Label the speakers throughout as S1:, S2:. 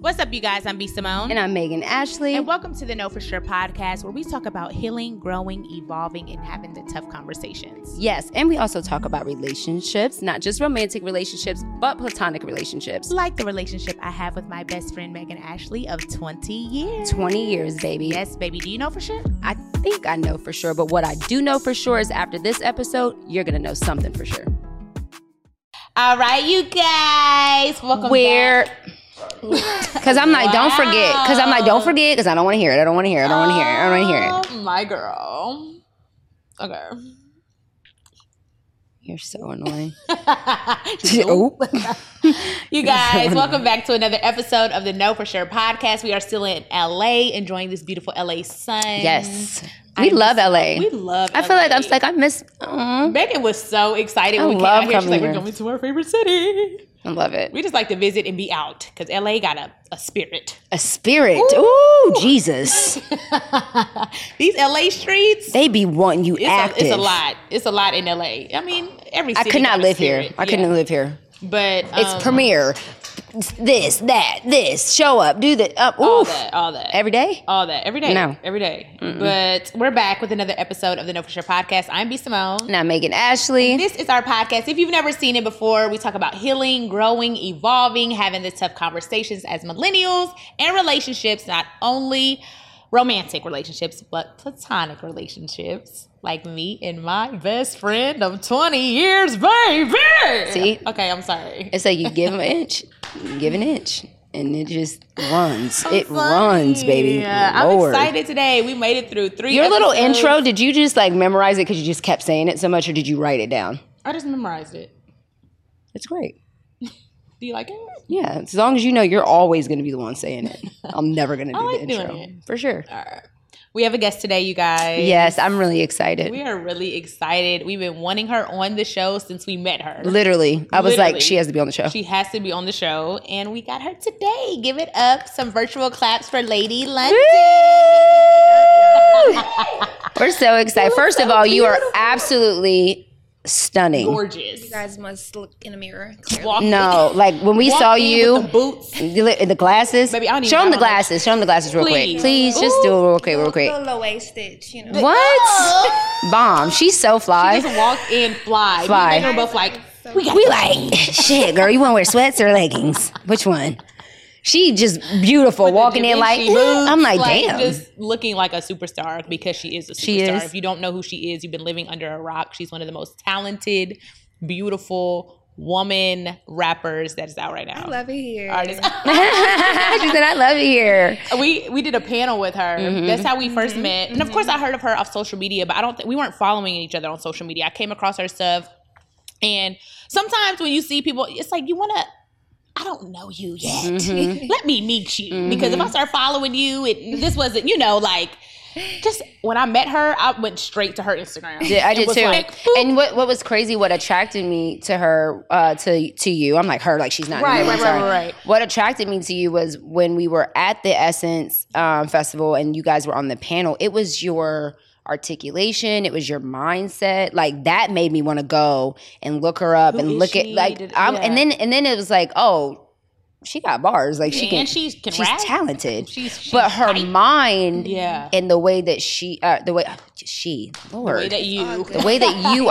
S1: What's up, you guys? I'm B. Simone.
S2: And I'm Megan Ashley.
S1: And welcome to the Know For Sure podcast, where we talk about healing, growing, evolving, and having the tough conversations.
S2: Yes, and we also talk about relationships, not just romantic relationships, but platonic relationships.
S1: Like the relationship I have with my best friend, Megan Ashley, of 20 years.
S2: 20 years, baby.
S1: Yes, baby. Do you know for sure?
S2: I think I know for sure, but what I do know for sure is after this episode, you're going to know something for sure.
S1: All right, you guys. Welcome
S2: Where,
S1: back.
S2: because I'm like, don't forget, because I'm like, don't forget, because I don't want to hear it. I don't want to hear it. I don't want to hear it. I don't want to hear it.
S3: Oh, My girl. Okay.
S2: You're so annoying.
S1: Nope.
S2: Oh.
S1: you guys, welcome back to another episode of the Know For Sure podcast. We are still in LA, enjoying this beautiful LA sun.
S2: Yes. We
S1: Mm-hmm. I
S2: love
S1: miss-
S2: LA.
S1: We love.
S2: I feel like I'm
S1: LA.
S2: like I miss. mm, aw.
S1: Megan was so excited when
S2: I
S1: we came out
S2: love
S1: here. She's
S2: coming
S1: like, "We're
S2: here.
S1: going to our favorite city."
S2: I love it.
S1: We just like to visit and be out because LA got a, a spirit.
S2: A spirit. Ooh, Jesus.
S1: These LA streets,
S2: They be wanting you
S1: it's
S2: active.
S1: a, it's a lot. It's a lot in LA. I mean, every.
S2: I
S1: City
S2: could
S1: got
S2: not
S1: a
S2: live here.
S1: spirit.
S2: I couldn't
S1: Yeah.
S2: live here.
S1: But
S2: It's
S1: um,
S2: premiere. This, that, this. Show up. Do that. Up.
S1: all
S2: Oof.
S1: that, all that,
S2: Every day.
S1: all that, every day,
S2: No.
S1: every day. But we're back with another episode of the No For Sure podcast. I'm B Simone.
S2: Now Megan Ashley.
S1: This is our podcast. If you've never seen it before, we talk about healing, growing, evolving, having the tough conversations as millennials and relationships, not only romantic relationships, but platonic relationships, like me and my best friend of 20 years, baby.
S2: See?
S1: Okay, I'm sorry.
S2: It's like you give 'em an inch, you give an inch, and it just runs. it
S1: Funny.
S2: runs, baby.
S1: Yeah,
S2: Lord.
S1: I'm excited today. We made it through three.
S2: Your little
S1: episodes.
S2: intro, did you just like memorize it because you just kept saying it so much, or did you write it down?
S1: I just memorized it.
S2: It's great.
S1: Do you like it?
S2: Yeah, as long as you know you're always going to be the one saying it. I'm never going to do
S1: I like
S2: the intro.
S1: doing
S2: For sure.
S1: All right. We have a guest today, you guys.
S2: Yes, I'm really excited.
S1: We are really excited. We've been wanting her on the show since we met her.
S2: Literally. I was
S1: Literally.
S2: like, she has to be on the show.
S1: She has to be on the show, and we got her today. Give it up. Some virtual claps for Lady London.
S2: We're so excited. First of all, you are absolutely stunning.
S1: Gorgeous.
S3: You guys must look in a mirror. Clearly.
S1: Walking-
S2: No, like when we saw
S1: walking
S2: you,
S1: with the boots.
S2: the, the glasses.
S1: Baby, I don't even
S2: show
S1: have
S2: them the
S1: on that.
S2: glasses. Show them the glasses real
S1: Please.
S2: quick. Please, just do it real quick, real quick.
S3: The low waisted, you know.
S2: What? Bomb. She's so fly.
S1: Just walk and fly.
S2: Fly.
S1: We and her both like we got
S2: We like, shit, girl, you want to wear sweats or leggings? Which one? She just beautiful
S1: the
S2: walking in
S1: Da
S2: like,
S1: Vinci boots,
S2: I'm like, damn.
S1: just looking like a superstar because she is a superstar.
S2: She is.
S1: If you don't know who she is, you've been living under a rock. She's one of the most talented, beautiful woman rappers that is out right now.
S3: I love it here.
S1: Artist.
S2: she said, I love you here.
S1: we we did a panel with her.
S2: Mm-hmm.
S1: That's how we 1st met. And of course, I heard of her off social media, but I don't think we weren't following each other on social media. I came across her stuff, and sometimes when you see people, it's like you want to. I don't know you yet.
S2: Mm-hmm.
S1: Let me meet you because if I start following you, it this wasn't you know like. Just when I met her, I went straight to her Instagram.
S2: Yeah, I
S1: It
S2: did
S1: was
S2: too.
S1: like, boop.
S2: and what, what was crazy, what attracted me to her, uh, to to you, I'm like her, like she's not
S1: Right,
S2: in the
S1: right,
S2: room, sorry.
S1: right, right, right.
S2: What attracted me to you was when we were at the Essence um, Festival and you guys were on the panel. It was your articulation, it was your mindset, like that made me want to go and look her up
S1: Who
S2: and
S1: is
S2: look at
S1: she?
S2: like,
S1: Did-
S2: I'm,
S1: yeah.
S2: and then and then it was like, oh, she got bars, like she can,
S1: and she can
S2: she's
S1: rap.
S2: talented,
S1: She's- she's
S2: but her mind,
S1: Yeah.
S2: and the way that she, uh, the way she, Lord,
S1: The way that you,
S2: the way that you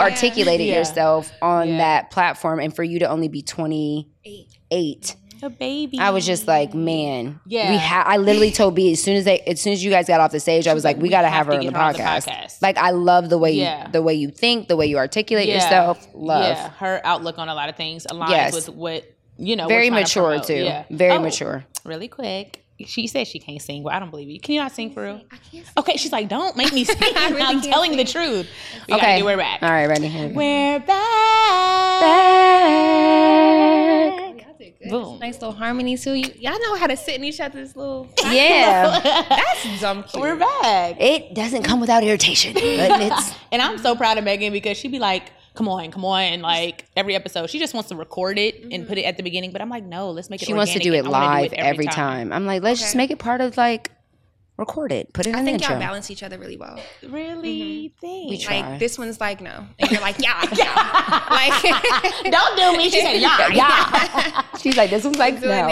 S2: articulated
S1: Yeah.
S2: yourself on
S1: Yeah.
S2: that platform and for you to only be 28
S1: the baby.
S2: i was just like man
S1: Yeah.
S2: we ha- i literally told b as soon as they as soon as you guys got off the stage i was like we gotta
S1: have
S2: have, her,
S1: to
S2: on the,
S1: get her on the
S2: podcast.
S1: podcast.
S2: like i love the way
S1: Yeah.
S2: you, the way you think the way you articulate
S1: Yeah.
S2: yourself love
S1: Yeah, her outlook on a lot of things aligns
S2: Yes.
S1: with what you know. we're
S2: very
S1: trying to
S2: mature
S1: promote.
S2: too
S1: Yeah.
S2: very
S1: Oh,
S2: mature
S1: Really quick, she said she can't sing. Well, I don't believe you. Can you not sing for real?
S3: I can't see.
S1: Okay, she's like, don't make me sing.
S3: really
S1: I'm
S3: can't
S1: telling the
S3: sing.
S1: truth. We gotta
S2: okay
S1: do- we're back.
S2: all right ready Here we go.
S1: We're back.
S2: Back.
S3: Y'all did good.
S1: Boom.
S3: Nice little harmony too. You, y'all know how to sit in each other's little.
S2: yeah
S3: That's dumb cute.
S1: We're back.
S2: it doesn't come without irritation but it's
S1: And I'm so proud of Megan because she'd be like, come on, come on. And like every episode, she just wants to record it and put it at the beginning. But I'm like, no, let's make it
S2: Mm-hmm. She wants to
S1: organic
S2: do it
S1: and I wanna
S2: live every time. I'm like, let's just
S3: Okay.
S2: make it part of like record it, put it
S3: I
S2: in the
S3: think
S2: intro.
S3: y'all balance each other really well.
S1: Really?
S2: Mm-hmm. We
S1: Thanks.
S2: try.
S3: Like this one's like no, and you're like yeah, yeah. like
S1: Don't do me. She said, yeah, yeah.
S2: yeah. she's like, this one's like
S3: Doing
S2: no,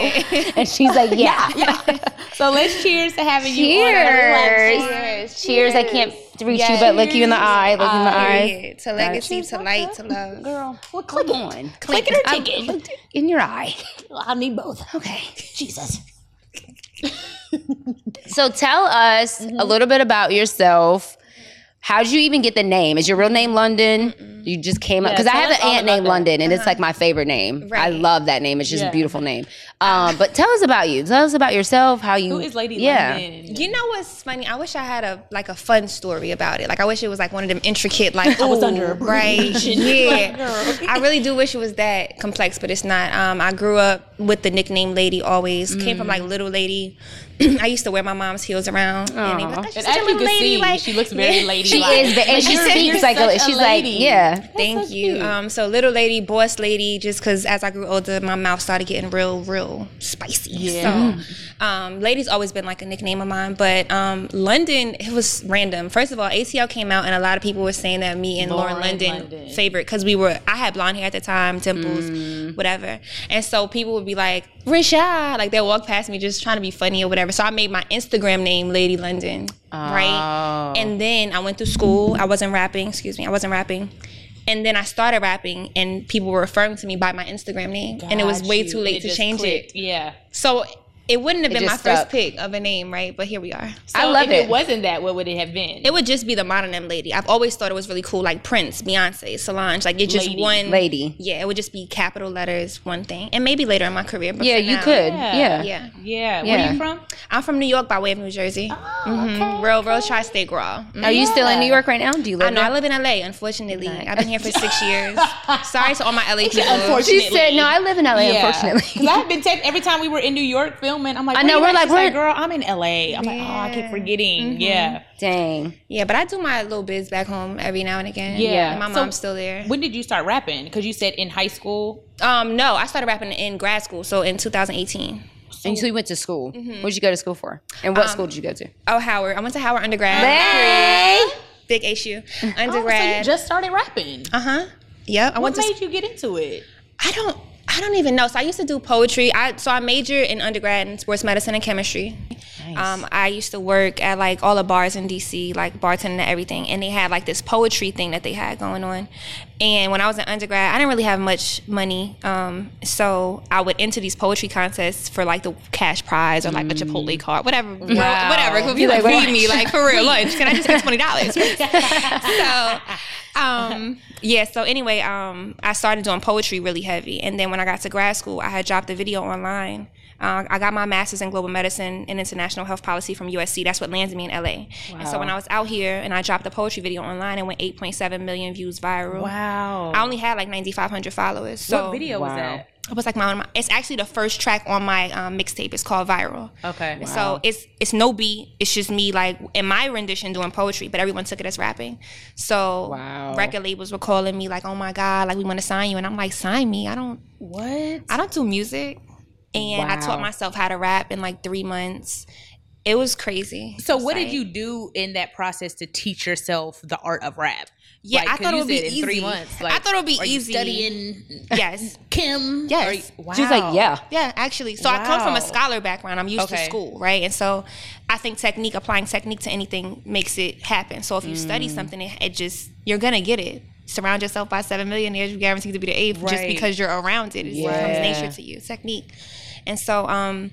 S3: it.
S2: and she's like, yeah.
S1: So let's cheers to having you on.
S2: Cheers.
S1: Everyone,
S2: cheers! I can't reach you, but look you in the eye. Look in the eye.
S3: Period. to legacy, to light, to love.
S1: Girl, well, click
S2: Come
S1: it.
S2: on, Um,
S1: Click it or take it.
S2: in your eye.
S1: I'll need both.
S2: Okay.
S1: Jesus.
S2: So tell us a
S1: Mm-hmm.
S2: little bit about yourself. How did you even get the name? Is your real name London? You just came up
S1: Yeah,
S2: because I
S1: tell
S2: have
S1: us
S2: an
S1: all
S2: aunt
S1: about
S2: named
S1: that. Uh-huh.
S2: London, and it's like my favorite name. I
S3: Right.
S2: love that name. It's just
S1: Yeah.
S2: a beautiful name. Um, but tell us about you. Tell us about yourself. How you?
S1: Who is Lady
S2: Yeah.
S1: London?
S3: You know what's funny? I wish I had a like a fun story about it. Like I wish it was like one of them intricate like
S1: I was
S3: ooh,
S1: under a bridge.
S3: right.
S1: Like,
S3: yeah.
S1: girl.
S3: I really do wish it was that complex, but it's not. Um, I grew up with the nickname Lady always. Came from
S1: Mm.
S3: like little lady. I used to wear my mom's heels around. And they was
S2: Aw.
S3: like, "She's
S1: And
S3: such
S1: as
S3: a
S1: you
S3: little
S1: can
S3: lady."
S1: see,
S3: like,
S1: she looks very lady.
S2: She is, but- and she
S1: you're-
S2: speaks
S1: you're
S2: like a,
S1: such a
S2: she's
S1: lady. Mm-hmm.
S2: like, yeah.
S3: Thank
S1: so
S3: you.
S1: cute.
S3: Um, so little lady, boss lady, just because as I grew older, my mouth started getting real, real spicy.
S1: Yeah.
S3: So, um, lady's always been like a nickname of mine, but um, London, it was random. First of all, ATL came out, and a lot of people were saying that me and Lauren,
S1: Lauren
S3: London,
S1: London.
S3: favorite because we were. I had blonde hair at the time, dimples,
S1: Mm.
S3: whatever, and so people would be like Rashad, like they'll walk past me just trying to be funny or whatever. So I made my Instagram name Lady London, right?
S2: Oh.
S3: And then I went through school. I wasn't rapping. Excuse me. I wasn't rapping. And then I started rapping, and people were referring to me by my Instagram name, and it was
S1: Got
S3: way
S1: you.
S3: too late
S1: It
S3: to
S1: just
S3: change
S1: clicked.
S3: it.
S1: Yeah.
S3: So it wouldn't have
S2: It
S3: been my
S2: just
S3: first
S2: stuck.
S3: pick of a name, right? But here we are.
S1: So
S2: I love
S1: if
S2: it.
S1: it wasn't that, what would it have been?
S3: It would just be the modern M lady. I've always thought it was really cool, like Prince, Beyonce, Solange. Like it's just
S1: Lady.
S3: one
S2: Lady.
S3: Yeah, it would just be capital letters, one thing, and maybe later in my career. But
S2: Yeah,
S3: for
S2: you
S3: now-
S2: could.
S1: Yeah.
S2: Yeah.
S3: Yeah,
S1: yeah. Where
S2: Yeah.
S1: are you from?
S3: I'm from New York by way of New Jersey.
S1: Oh,
S3: Mhm. Real, real tri-state girl. Mhm.
S2: Are you still in New York right now? Do you live?
S3: I know. I
S2: there?
S3: live in LA. Unfortunately, I've been here for six years. Sorry to all my LA people.
S1: Unfortunately.
S2: She said, "No, I live in LA."
S1: Because
S2: Unfortunately,
S1: I have been text every time we were in New York filming. I'm like,
S2: I
S1: where
S2: know,
S1: you
S2: we're Mm-hmm.
S1: at?
S2: like,
S1: She's
S2: where-
S1: girl, I'm in LA. I'm like, oh, I keep
S3: Yeah.
S1: forgetting. Yeah.
S2: dang.
S3: Yeah, but I do my little biz back home every now and again.
S1: Yeah.
S3: And my
S1: So-
S3: mom's still there.
S1: When did you start rapping? Because you said in high school.
S3: Um, no, I started rapping in grad school, so in 2018.
S2: And so you went to school.
S1: Mm-hmm.
S2: What did you go to school for? And
S1: Um,
S2: what school did you go to?
S3: Oh, Howard. I went to Howard undergrad.
S2: Hey!
S3: Big HU.
S1: Oh, so you
S3: Undergrad.
S1: just started rapping.
S3: uh huh. Yep. I went
S1: What
S3: to.
S1: made you get into it?
S3: I don't. I don't even know. So I used to do poetry. I so I majored in undergrad in sports medicine and chemistry. Um, I used to work at like all the bars in DC, like bartending and everything, and they had like this poetry thing that they had going on. And when I was in undergrad, I didn't really have much money, um, so I would enter these poetry contests for like the cash prize or like a Chipotle card, whatever, bro, whatever. If Mm. you like feed me like for real lunch, can I just get twenty dollars? so um yeah so anyway um i started doing poetry really heavy and then when i got to grad school i had dropped a video online uh, i got my master's in global medicine and international health policy from usc that's what landed me in la and so when i was out here and i dropped the poetry video online it went 8.7 million views viral
S1: Wow.
S3: i only had like 9500 followers so
S1: what video was
S2: Wow.
S1: that?
S3: it was like my, my it's actually the first track on my um, mixtape it's called viral
S1: Okay.
S3: so it's it's no beat. It's just me like in my rendition doing poetry, but everyone took it as rapping. So
S2: Wow.
S3: record labels were calling me like, "Oh my god, like we want to sign you," and I'm like, "Sign me! I don't
S1: What?
S3: I don't do music." And I taught
S2: Wow.
S3: myself how to rap in like three months. It was crazy.
S1: So what
S3: Like-
S1: did you do in that process to teach yourself the art of rap?
S3: Yeah,
S1: Like,
S3: I
S1: 'cause
S3: thought it
S1: you
S3: would be
S1: said in
S3: easy.
S1: three months.
S3: I thought it would be
S1: are you
S3: easy.
S1: Studying
S3: Yes.
S1: Kim.
S3: Yes.
S1: Are you-
S2: She was like,
S1: wow.
S2: "Yeah."
S3: Yeah, actually. So I come from
S1: Wow.
S3: a scholar background. I'm used to
S1: Okay.
S3: school, right? And so I think technique, applying technique to anything makes it happen. So if you
S1: Mm.
S3: study something, it, it just, you're going to get it. Surround yourself by seven millionaires, you're guaranteed to be the eighth just
S1: Right.
S3: because you're around it. It just
S2: Yeah.
S3: comes nature to you, technique. And so, um,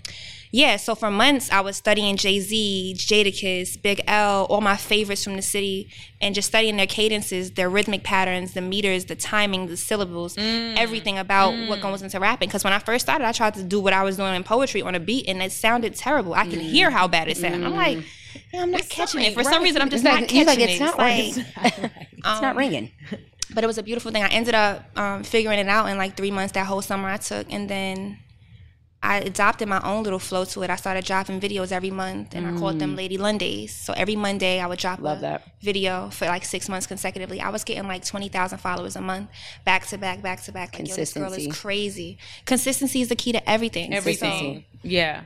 S3: yeah, so for months I was studying Jay Z, Jadakiss, Big L, all my favorites from the city, and just studying their cadences, their rhythmic patterns, the meters, the timing, the syllables,
S2: Mm.
S3: everything about what goes into rapping. Because when I first started, I tried to do what I was doing in poetry on a beat, and it sounded terrible. I could
S2: Mm.
S3: hear how bad it sounded. I'm like, "Yeah, I'm not catching it. For some reason, I'm just
S2: It's
S3: not
S2: like- it's
S3: catching
S2: like,
S3: it.
S2: it's not
S3: It's
S2: working.
S3: like-
S2: It's not ringing. Um,
S3: but it was a beautiful thing. I ended up um, figuring it out in like three months. That whole summer I took, and then I adopted my own little flow to it. I started dropping videos every month, and I called them Lady Lundays. So every Monday I would drop
S2: Mm. Love
S3: a
S2: that.
S3: video for like six months consecutively. I was getting like twenty thousand followers a month, back to back, back to back. Like, yo, this girl is
S2: Consistency.
S3: crazy. Consistency is the key to everything. So-
S1: Everything. Yeah.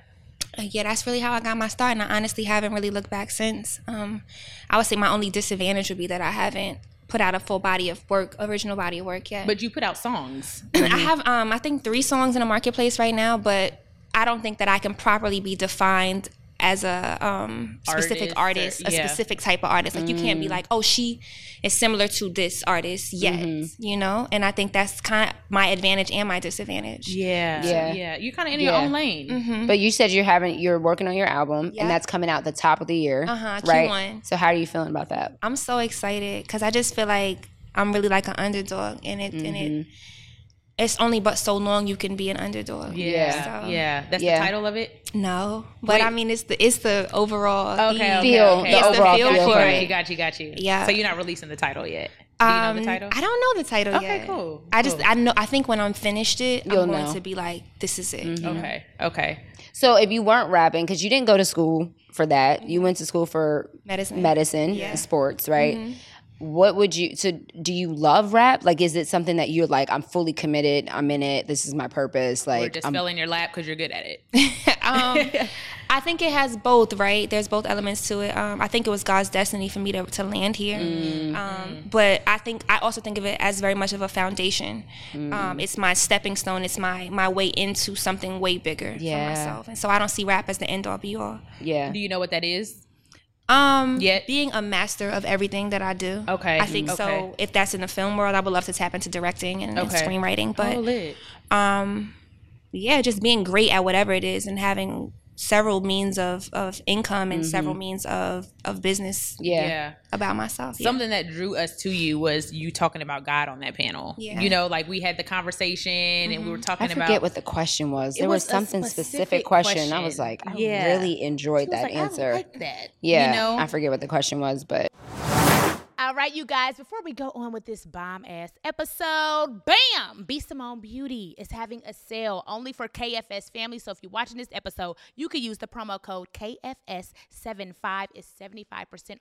S3: yeah, that's really how I got my start, and I honestly haven't really looked back since. Um, I would say my only disadvantage would be that I haven't put out a full body of work, original body of work yet.
S1: But you put out songs.
S3: I have, um, I think, three songs in the marketplace right now, but I don't think that I can properly be defined as a um, specific
S1: Artist
S3: artist,
S1: or-
S3: a
S1: yeah. Mm.
S3: specific type of artist. Like you can't be like, oh, she is similar to this artist yet,
S1: Mm-hmm.
S3: you know. And I think that's kind of my advantage and my disadvantage.
S1: Yeah.
S2: Yeah.
S1: Yeah. You're kind of in
S2: Yeah.
S1: your own lane.
S3: Mm-hmm.
S2: But you said you're having you're working on your album
S3: Yeah.
S2: and that's coming out the top of the year,
S3: Uh-huh,
S2: right?
S3: Q1.
S2: So how are you feeling about that?
S3: I'm so excited because I just feel like I'm really like an underdog, and it and it
S1: Mm-hmm.
S3: it's only but so long you can be an underdog.
S1: Yeah.
S3: So,
S1: Yeah. That's
S2: Yeah.
S1: the title of it.
S3: No, but I
S1: Wait.
S3: mean it's the it's the overall
S1: Okay,
S3: theme.
S2: Feel
S1: okay.
S2: the
S1: It's the
S2: overall
S3: feel
S2: feel,
S3: for
S2: for
S1: Got you,
S2: it.
S1: got you, got you.
S3: Yeah.
S1: So you're not releasing the title yet. Do you know the
S3: Um,
S1: title?
S3: I don't know the title
S1: Okay,
S3: yet.
S1: cool,
S3: I just
S1: cool.
S3: I know I think when I'm finished it,
S2: You'll
S3: I'm going
S2: know.
S3: to be like, this is it.
S1: Okay. Okay.
S2: So if you weren't rapping, because you didn't go to school for that, you went to school for
S3: Medicine.
S2: Mm-hmm. medicine, Mm-hmm.
S3: Yeah.
S2: sports, right? What would you? So do you love rap? Like, is it something that you're like, I'm fully committed. I'm in it. This is my purpose.
S1: Or
S2: Like,
S1: just
S2: I'm,
S1: fell in your lap because you're good at it.
S3: um, I think it has both, right? There's both elements to it. Um, I think it was God's destiny for me to, to land here.
S1: Mm-hmm.
S3: Um, but I think I also think of it as very much of a foundation.
S1: Mm-hmm.
S3: Um, it's my stepping stone. It's my my way into something way bigger
S2: Yeah.
S3: for myself. And so I don't see rap as the end all be all.
S2: yeah,
S1: Do you know what that is?
S3: Um,
S1: Yet?
S3: being a master of everything that I do.
S1: Okay,
S3: I think
S1: okay.
S3: so. If that's in the film world, I would love to tap into directing and, and
S1: Okay.
S3: screenwriting. But
S1: lit.
S3: Um, yeah, just being great at whatever it is and having several means of, of income and several means of, of business
S2: yeah,
S1: yeah.
S3: about myself. Yeah.
S1: something that drew us to you was you talking about God on that panel.
S3: Yeah. Mm-hmm.
S1: You know, like we had the conversation and we were
S2: I
S1: talking
S2: forget
S1: about
S2: what the question was.
S1: It
S2: There was,
S1: was a
S2: something specific,
S1: specific
S2: question. I
S1: question.
S2: was like, I
S1: Yeah.
S2: really enjoyed that
S1: Like,
S2: answer.
S1: I like that.
S2: yeah,
S1: You know?
S2: I forget what the question was, but
S4: All right, you guys, before we go on with this bomb ass episode, bam! Be Simone Beauty is having a sale only for KFS family. So if you're watching this episode, you can use the promo code KFS75 is 75%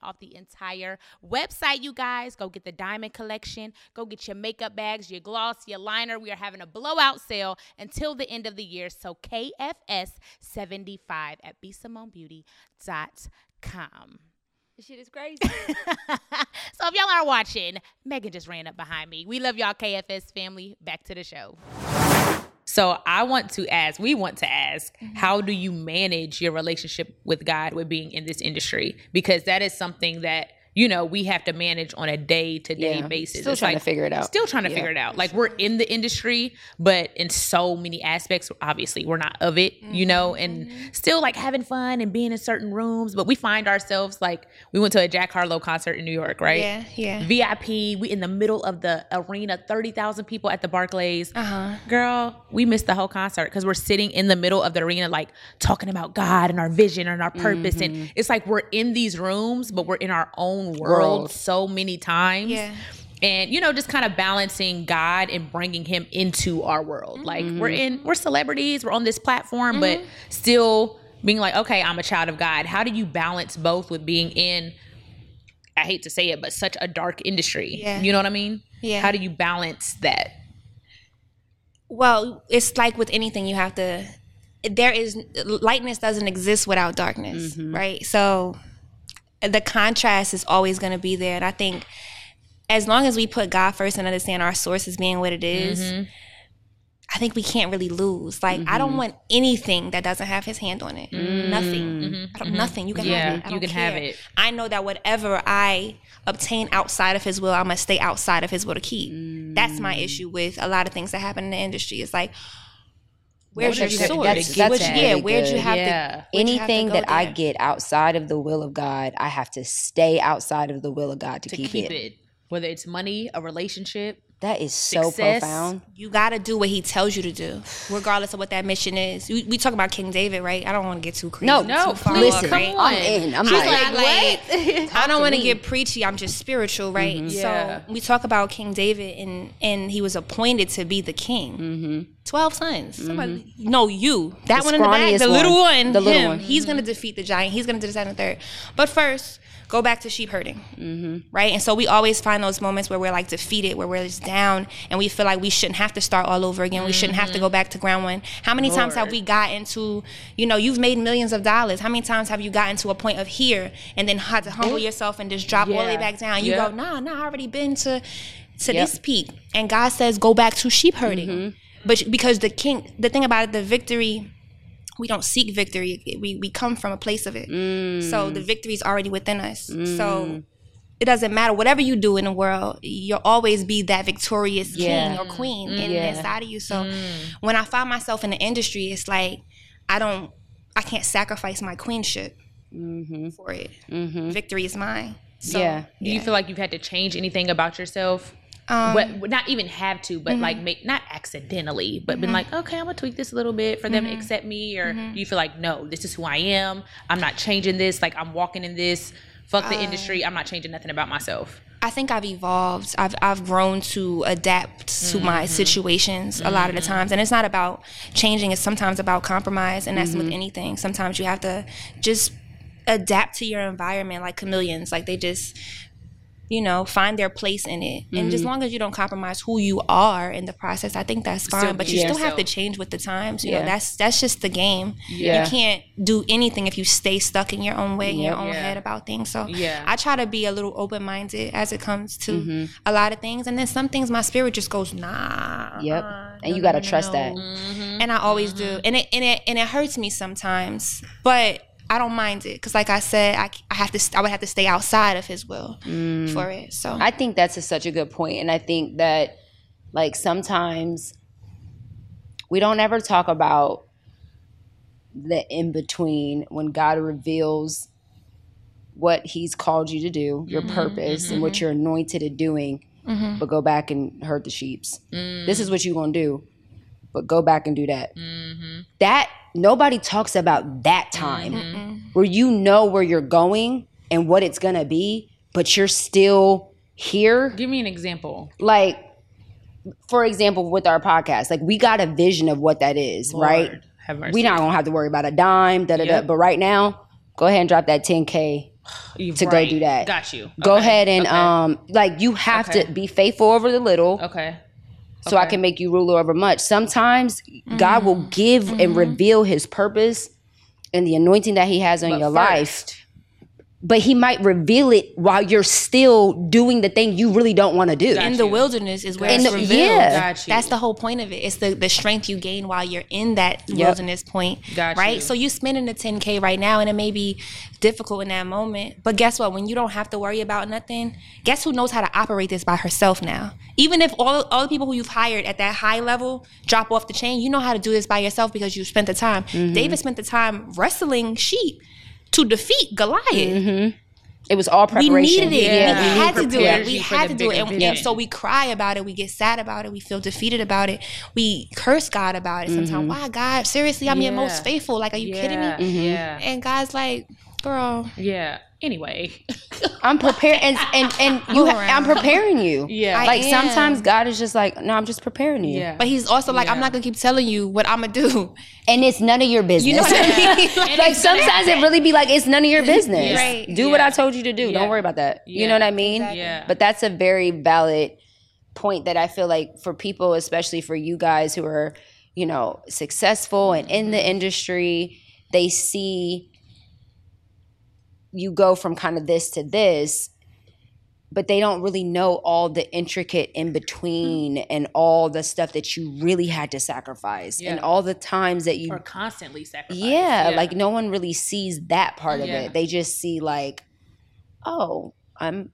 S4: off the entire website, you guys. Go get the diamond collection, go get your makeup bags, your gloss, your liner. We are having a blowout sale until the end of the year. So KFS75 at BeSimoneBeauty.com so if y'all are watching, Megan just ran up behind me. We love y'all, KFS family. Back to the show.
S1: So I want to ask, we want to ask,
S4: Mm-hmm.
S1: how do you manage your relationship with God with being in this industry? Because that is something that, you know, we have to manage on a day to day
S2: Yeah.
S1: basis.
S2: Still
S1: It's
S2: trying to
S1: like-
S2: figure it out.
S1: Still trying to figure it out. Like we're in the industry, but in so many aspects, obviously we're not of it, you know, and still like having fun and being in certain rooms. But we find ourselves like we went to a Jack Harlow concert in New York, right?
S3: yeah, yeah.
S1: VIP. We in the middle of the arena, thirty thousand people at the Barclays. Girl, we missed the whole concert because we're sitting in the middle of the arena, like talking about God and our vision and our purpose. And it's like we're in these rooms, but we're in our own world,
S2: World.
S1: so many times.
S3: Yeah.
S1: And you know, just kind of balancing God and bringing Him into our world. Like we're in, we're celebrities, we're on this platform, but still being like, okay, I'm a child of God. How do you balance both with being in I hate to say it, but such a dark industry.
S3: Yeah.
S1: You know what I mean?
S3: Yeah.
S1: How do you balance that?
S3: Well, it's like with anything, you have to. There is lightness doesn't exist without darkness,
S1: Mm-hmm.
S3: right? So the contrast is always going to be there, and I think as long as we put God first and understand our source as being what it is,
S1: Mm-hmm.
S3: I think we can't really lose. Like I don't want anything that doesn't have His hand on it. Nothing, I don't, nothing. You can
S1: Mm-hmm. Yeah,
S3: have it. I
S1: you
S3: don't
S1: can have
S3: care.
S1: it.
S3: I know that whatever I obtain outside of his will, I'm gonna stay outside of his will to keep. That's
S1: Mm.
S3: my issue with a lot of things that happen in the industry. It's like, where's your
S2: That's-
S3: source?
S2: that's-
S3: Where'd
S2: that's
S3: you-
S2: really
S3: yeah, where'd you
S2: good.
S3: have
S1: Yeah.
S3: to? where'd you have to
S2: anything
S3: go
S2: that I
S3: there?
S2: get outside of the will of God, I have to stay outside of the will of God to, keep,
S1: Keep
S2: it.
S1: it. Whether it's money, a relationship.
S2: That is so
S1: Success.
S2: profound.
S3: You gotta do what he tells you to do, regardless of what that mission is. We, we talk about King David, right? I don't want to get too crazy.
S2: No,
S1: No,
S3: too far
S1: please,
S3: off,
S2: Listen,
S1: come
S3: right?
S1: on.
S2: I'm in. I'm
S3: She's
S2: like,
S3: like, like, I don't want to get preachy. I'm just spiritual, right?
S1: Yeah.
S3: So we talk about King David, and and he was appointed to be the king. Twelve sons. Somebody, no, you. That
S2: The
S3: one in the back,
S2: scrawniest
S3: the little
S2: one.
S3: one.
S2: The little
S3: him.
S2: one.
S3: He's gonna defeat the giant. He's gonna do this that, and the third. But first, go back to sheep herding, right? And so we always find those moments where we're like defeated, where we're just down and we feel like we shouldn't have to start all over again. We shouldn't have to go back to ground one. How many times have we gotten to, you know, you've made millions of dollars. How many times have you gotten to a point of here and then had to humble yourself and just drop all the way
S1: Yeah.
S3: back down? You
S1: Yep.
S3: go, nah, nah, I already been to to
S2: Yep. Mm-hmm.
S3: this peak. And God says, go back to sheep herding. But because the king, the thing about it, the victory, we don't seek victory. We, we come from a place of it.
S2: Mm.
S3: So the victory is already within us. So it doesn't matter. Whatever you do in the world, you'll always be that victorious
S2: Yeah.
S3: king or queen in,
S2: Yeah. Mm.
S3: inside of you. So when I find myself in the industry, it's like I don't, I can't sacrifice my queenship
S2: Mm-hmm.
S3: for it. Victory is mine. So,
S2: yeah.
S1: Do you feel like you've had to change anything about yourself?
S3: Um, mm-hmm.
S1: but not even have to, but like make not accidentally, but been like, okay, I'm gonna tweak this a little bit for them
S3: Mm-hmm.
S1: to accept me, or do you feel like no, this is who I am. I'm not changing this. Like I'm walking in this. Fuck the
S3: Uh,
S1: industry. I'm not changing nothing about myself.
S3: I think I've evolved. I've I've grown to adapt to my situations a lot of the times, and it's not about changing. It's sometimes about compromise, and that's with anything. Sometimes you have to just adapt to your environment, like chameleons. Like they just, you know, find their place in it. And as long as you don't compromise who you are in the process, I think that's fine. but you
S1: be
S3: still have to
S1: yourself.
S3: change with the times. You
S2: Yeah.
S3: know, that's that's just the game.
S2: Yeah.
S3: You can't do anything if you stay stuck in your own way, in your
S2: Yep.
S3: own
S1: Yeah.
S3: head about things. So
S1: Yeah.
S3: I try to be a little open minded as it comes to
S2: Mm-hmm.
S3: a lot of things. And then some things my spirit just goes, nah.
S2: Yep. And
S3: no,
S2: you gotta
S3: no,
S2: trust
S3: no. Mm-hmm.
S2: that. Mm-hmm.
S3: And I always do. And it, and it and it hurts me sometimes. But I don't mind it because, like I said, I, c- I have to. st- I would have to stay outside of his will
S2: mm.
S3: for it. So
S2: I think that's a, such a good point, and I think that like sometimes we don't ever talk about the in between when God reveals what He's called you to do, your purpose, and what you're anointed at doing.
S3: mm-hmm.
S2: But go back and herd the sheeps.
S1: Mm-hmm.
S2: This is what you're gonna do, but go back and do that.
S1: Mm-hmm.
S2: That nobody talks about that time
S3: Mm-hmm.
S2: where you know where you're going and what it's gonna be, but you're still here
S1: Give me an example.
S2: like for example with our podcast like we got a vision of what that is right
S1: Lord, have mercy.
S2: we not gonna have to worry about a dime da da da
S1: Yep.
S2: but right now go ahead and drop that 10k
S1: You-
S2: to go do that.
S1: Got you.
S2: go
S1: Okay.
S2: ahead and
S1: Okay.
S2: um like you have
S1: Okay.
S2: to be faithful over the little
S1: Okay.
S2: so i can make you ruler over much sometimes god will
S3: Mm-hmm.
S2: give and reveal his purpose and the anointing that he has on your life but he might reveal it while you're still doing the thing you really don't want to do
S3: in the wilderness is where
S2: In
S3: it's
S2: the-
S3: revealed.
S2: yeah.
S1: Got you.
S3: That's the whole point of it. It's the, the strength you gain while you're in that wilderness point.
S1: Got
S3: right?
S1: you.
S3: So you're spending the 10K right now and it may be difficult in that moment. But guess what? When you don't have to worry about nothing, guess who knows how to operate this by herself now? Even if all, all the people who you've hired at that high level drop off the chain, you know how to do this by yourself because you spent the time.
S2: Mm-hmm.
S3: David spent the time wrestling sheep to defeat Goliath
S2: it was all
S3: we
S2: preparation
S3: needed it.
S1: Yeah.
S3: We had to do it.
S1: Prepared
S3: We
S1: you for
S3: had
S1: the
S3: to do it.
S1: bigger
S3: And,
S1: vision.
S3: and so we cry about it. We get sad about it. We feel defeated about it. We curse God about it. Sometimes, why God? Seriously, I'm your
S1: Yeah.
S3: most faithful. Like, are you kidding
S1: Yeah. Mm.
S3: me?
S2: Mm-hmm.
S1: Yeah.
S3: And God's like, girl,
S1: Yeah. Anyway.
S2: I'm prepared, and and and you. Ha- I'm
S3: around.
S2: preparing you.
S1: Yeah. I
S2: Like
S3: am.
S2: sometimes God is just like, no, I'm just preparing you.
S1: Yeah.
S3: but He's also like, I'm not gonna keep telling you what I'm gonna do.
S2: And it's none of your business.
S3: You know what I mean?
S2: like sometimes it really be like it's none of your business.
S3: Right.
S2: Do what I told you to do. Don't
S1: Yeah.
S2: worry about that. You
S1: Yeah.
S2: know what I mean?
S1: Yeah.
S2: But that's a very valid point that I feel like for people, especially for you guys who are, you know, successful and in
S1: Mm-hmm.
S2: the industry, they see you go from kind of this to this, but they don't really know all the intricate in between and all the stuff that you really had to sacrifice and
S1: Yeah.
S2: all the times that you
S1: Or constantly sacrifice.
S2: yeah, like no one really sees that part of
S1: Yeah.
S2: it. They just see like, oh, I'm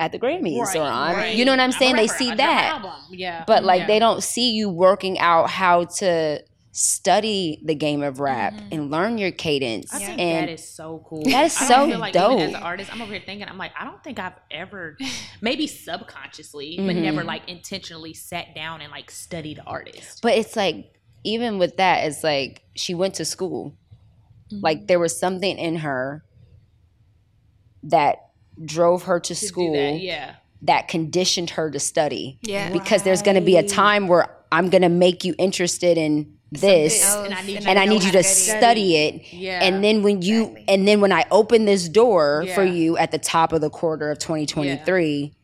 S2: at the Grammys or I'm,
S1: Right.
S2: you know what I'm saying?
S1: a
S2: they
S1: rapper, I
S2: see
S1: got an
S2: that,
S1: album. Yeah.
S2: but like
S1: Yeah.
S2: they don't see you working out how to study the game of rap and learn your cadence
S1: Mm-hmm. I think
S2: and
S1: that is so cool.
S2: That's
S1: I don't
S2: so
S1: feel like
S2: dope.
S1: Even as an artist, I'm over here thinking, I'm like, I don't think I've ever, maybe subconsciously, but never
S2: Mm-hmm.
S1: like intentionally sat down and like studied artists.
S2: But it's like, even with that, it's like she went to school. Mm-hmm.
S1: Mm-hmm.
S2: Like there was something in her that drove her to, school
S1: Do that. Yeah.
S2: that conditioned her to study.
S3: Yeah.
S2: Because there's going to be a time where I'm going to make you interested in this
S3: Something
S1: And
S3: else.
S1: I need
S3: And
S1: you.
S2: and I need you to
S3: study.
S2: study it.
S1: Yeah.
S2: And then when you and then when I open this door for
S1: Yeah.
S2: you at the top of the quarter of 2023,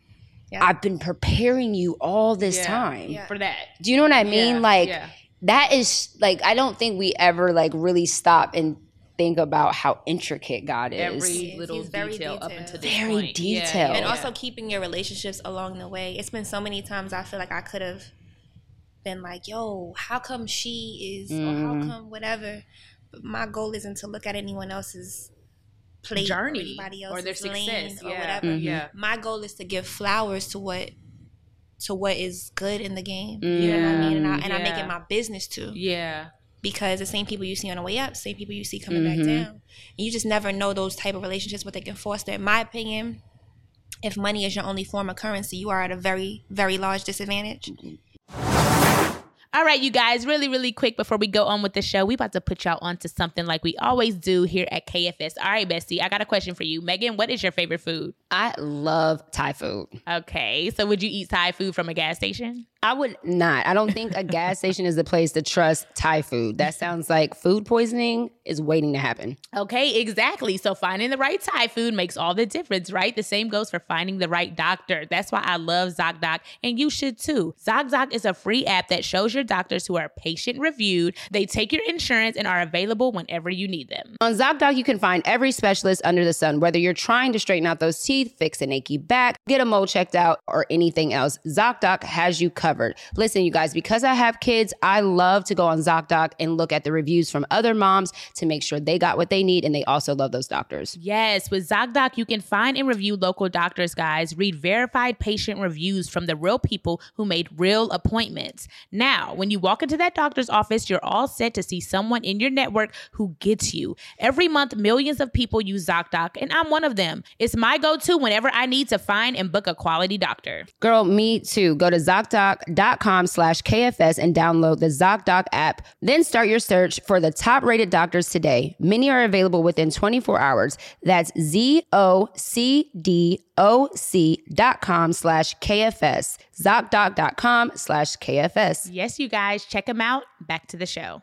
S3: Yeah.
S2: I've been preparing you all this
S1: Yeah.
S2: time.
S3: Yeah.
S1: for that.
S2: Do you know what I mean?
S1: Yeah,
S2: Like
S1: yeah.
S2: that is like I don't think we ever like really stop and think about how intricate God is.
S1: every little
S3: He's very
S1: detail up until this
S2: Very
S1: point. Yeah,
S2: detailed.
S1: yeah,
S3: and
S1: Oh, yeah.
S3: also keeping your relationships along the way. It's been so many times I feel like I could have been like, "Yo, how come she is, or
S1: Mm-hmm.
S2: Mhm.
S3: how come whatever." But my goal isn't to look at anyone else's plate
S1: journey
S3: or anybody else's
S1: or their
S3: lane
S1: success,
S3: or
S1: yeah.
S3: whatever.
S4: Mm-hmm.
S2: Mhm.
S1: yeah,
S3: My goal is to give flowers to what to what is good in the game.
S2: Mm.
S3: You know what I mean? And, I,
S1: Yeah.
S3: and I make
S1: Yeah.
S3: it my business too
S1: yeah,
S3: because the same people you see on the way up, same people you see coming
S2: Mhm.
S3: back down. And you just never know those type of relationships what they can foster. In my opinion, if money is your only form of currency, you are at a very, very large disadvantage.
S4: All right, you guys, really, really quick before we go on with the show, we about to put y'all onto something like we always do here at KFS. All right, Bessie, I got a question for you. Megan, what is your favorite food?
S2: I love Thai food.
S4: Okay, so would you eat Thai food from a gas station?
S2: I would not. I don't think a gas station is the place to trust Thai food. That sounds like food poisoning is waiting to happen.
S4: Okay, exactly. So finding the right Thai food makes all the difference, right? The same goes for finding the right doctor. That's why I love ZocDoc, and you should too. ZocDoc is a free app that shows your doctors who are patient reviewed. They take your insurance and are available whenever you need them.
S2: On ZocDoc, you can find every specialist under the sun, whether you're trying to straighten out those teeth, fix an achy back, get a mole checked out, or anything else. ZocDoc has you covered. Listen, you guys, because I have kids, I love to go on ZocDoc and look at the reviews from other moms to make sure they got what they need and they also love those doctors.
S4: Yes, with ZocDoc, you can find and review local doctors, guys. Read verified patient reviews from the real people who made real appointments. Now, when you walk into that doctor's office, you're all set to see someone in your network who gets you. Every month, millions of people use ZocDoc, and I'm one of them. It's my go to whenever I need to find and book a quality doctor.
S2: Girl, me too. Go to ZocDoc.com slash KFS and download the ZocDoc app. Then start your search for the top rated doctors today. Many are available within 24 hours. That's Z O C D O C dot com slash KFS. ZocDoc.com slash KFS.
S4: Yes, you guys, check them out. Back to the show.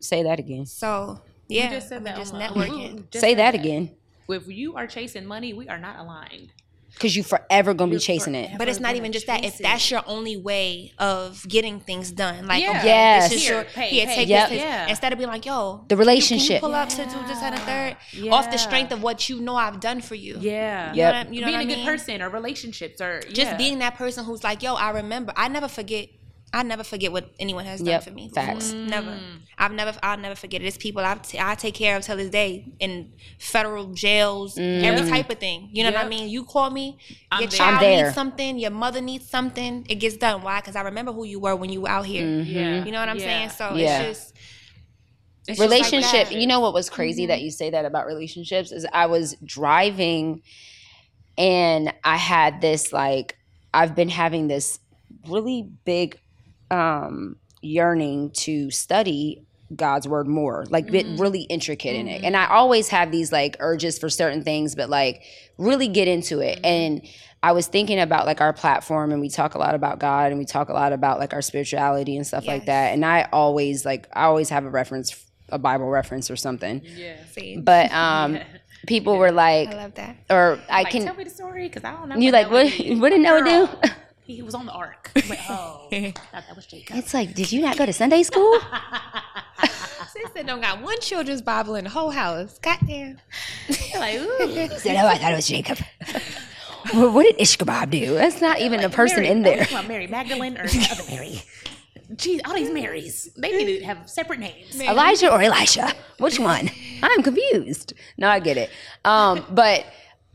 S2: Say that again.
S3: So yeah,
S1: just said
S3: I mean,
S1: that
S3: just
S1: online.
S3: networking.
S1: Just
S2: Say
S1: said
S2: that again.
S1: If you are chasing money, we are not aligned.
S2: Because you forever going to be chasing it.
S3: But it's not even just that. If that's your only way of getting things done, like
S1: Yeah.
S3: okay,
S2: Yes.
S3: this is
S1: Here,
S3: your
S1: pay,
S3: here,
S1: pay.
S3: take
S2: Yep.
S3: this.
S1: Yeah.
S3: Instead of being like, yo,
S2: The
S3: you- can you
S2: relationship.
S3: pull up to do this and a third off
S1: Yeah.
S3: the strength of what you know I've done for you.
S1: Yeah,
S3: You know
S2: Yep.
S3: what I- you know
S1: being
S3: what I
S1: a good
S3: mean?
S1: person or relationships or
S3: just
S1: yeah.
S3: being that person who's like, yo, I remember. I never forget. I never forget what anyone has done
S2: Yep,
S3: for me.
S2: facts. Mm.
S3: Never. I've never. I'll never forget it. It's people I've t- I take care of till this day in federal jails, every type of thing. You know what I
S1: Yep.
S3: mean? You call me.
S1: I'm
S3: your
S1: there.
S3: child
S2: Mm. I'm there.
S3: needs something. Your mother needs something. It gets done. Why? Because I remember who you were when you were out here.
S2: Mm-hmm.
S1: yeah,
S3: You know what I'm
S1: yeah.
S3: saying? So
S2: Yeah.
S3: it's just
S1: It's just like that. Mm-hmm.
S2: relationship you know what was crazy that you say that about relationships is i was driving and i had this like i've been having this really big um yearning to study god's word more like bit
S1: Mm-hmm.
S2: really intricate in it and i always have these like urges for certain things but like really get into
S1: Mm-hmm.
S2: it and i was thinking about like our platform and we talk a lot about god and we talk a lot about like our spirituality and stuff like
S3: Yes.
S2: that and i always like i always have a reference a bible reference or something
S1: Yeah,
S3: see.
S2: but um people were like
S3: I love that.
S2: or i
S1: like, tell
S2: can
S1: me the story because I don't know.
S2: you like what what did noah do
S1: He he was on the ark. I'm like, oh, I thought that was Jacob.
S2: it's like did you not go to sunday school
S3: Since they don't got one children's Bible in the whole house. Goddamn.
S1: like, ooh.
S2: He said, "Oh, I thought it was Jacob." well, what did Ishkabab do? That's not even a person
S1: Mary,
S2: in
S1: are we
S2: there.
S1: talking about Mary Magdalene or the other Mary. Jeez, all these Marys. They need to have separate names.
S2: Elijah or Elisha? Which one? I'm confused. No, I get it. Um, but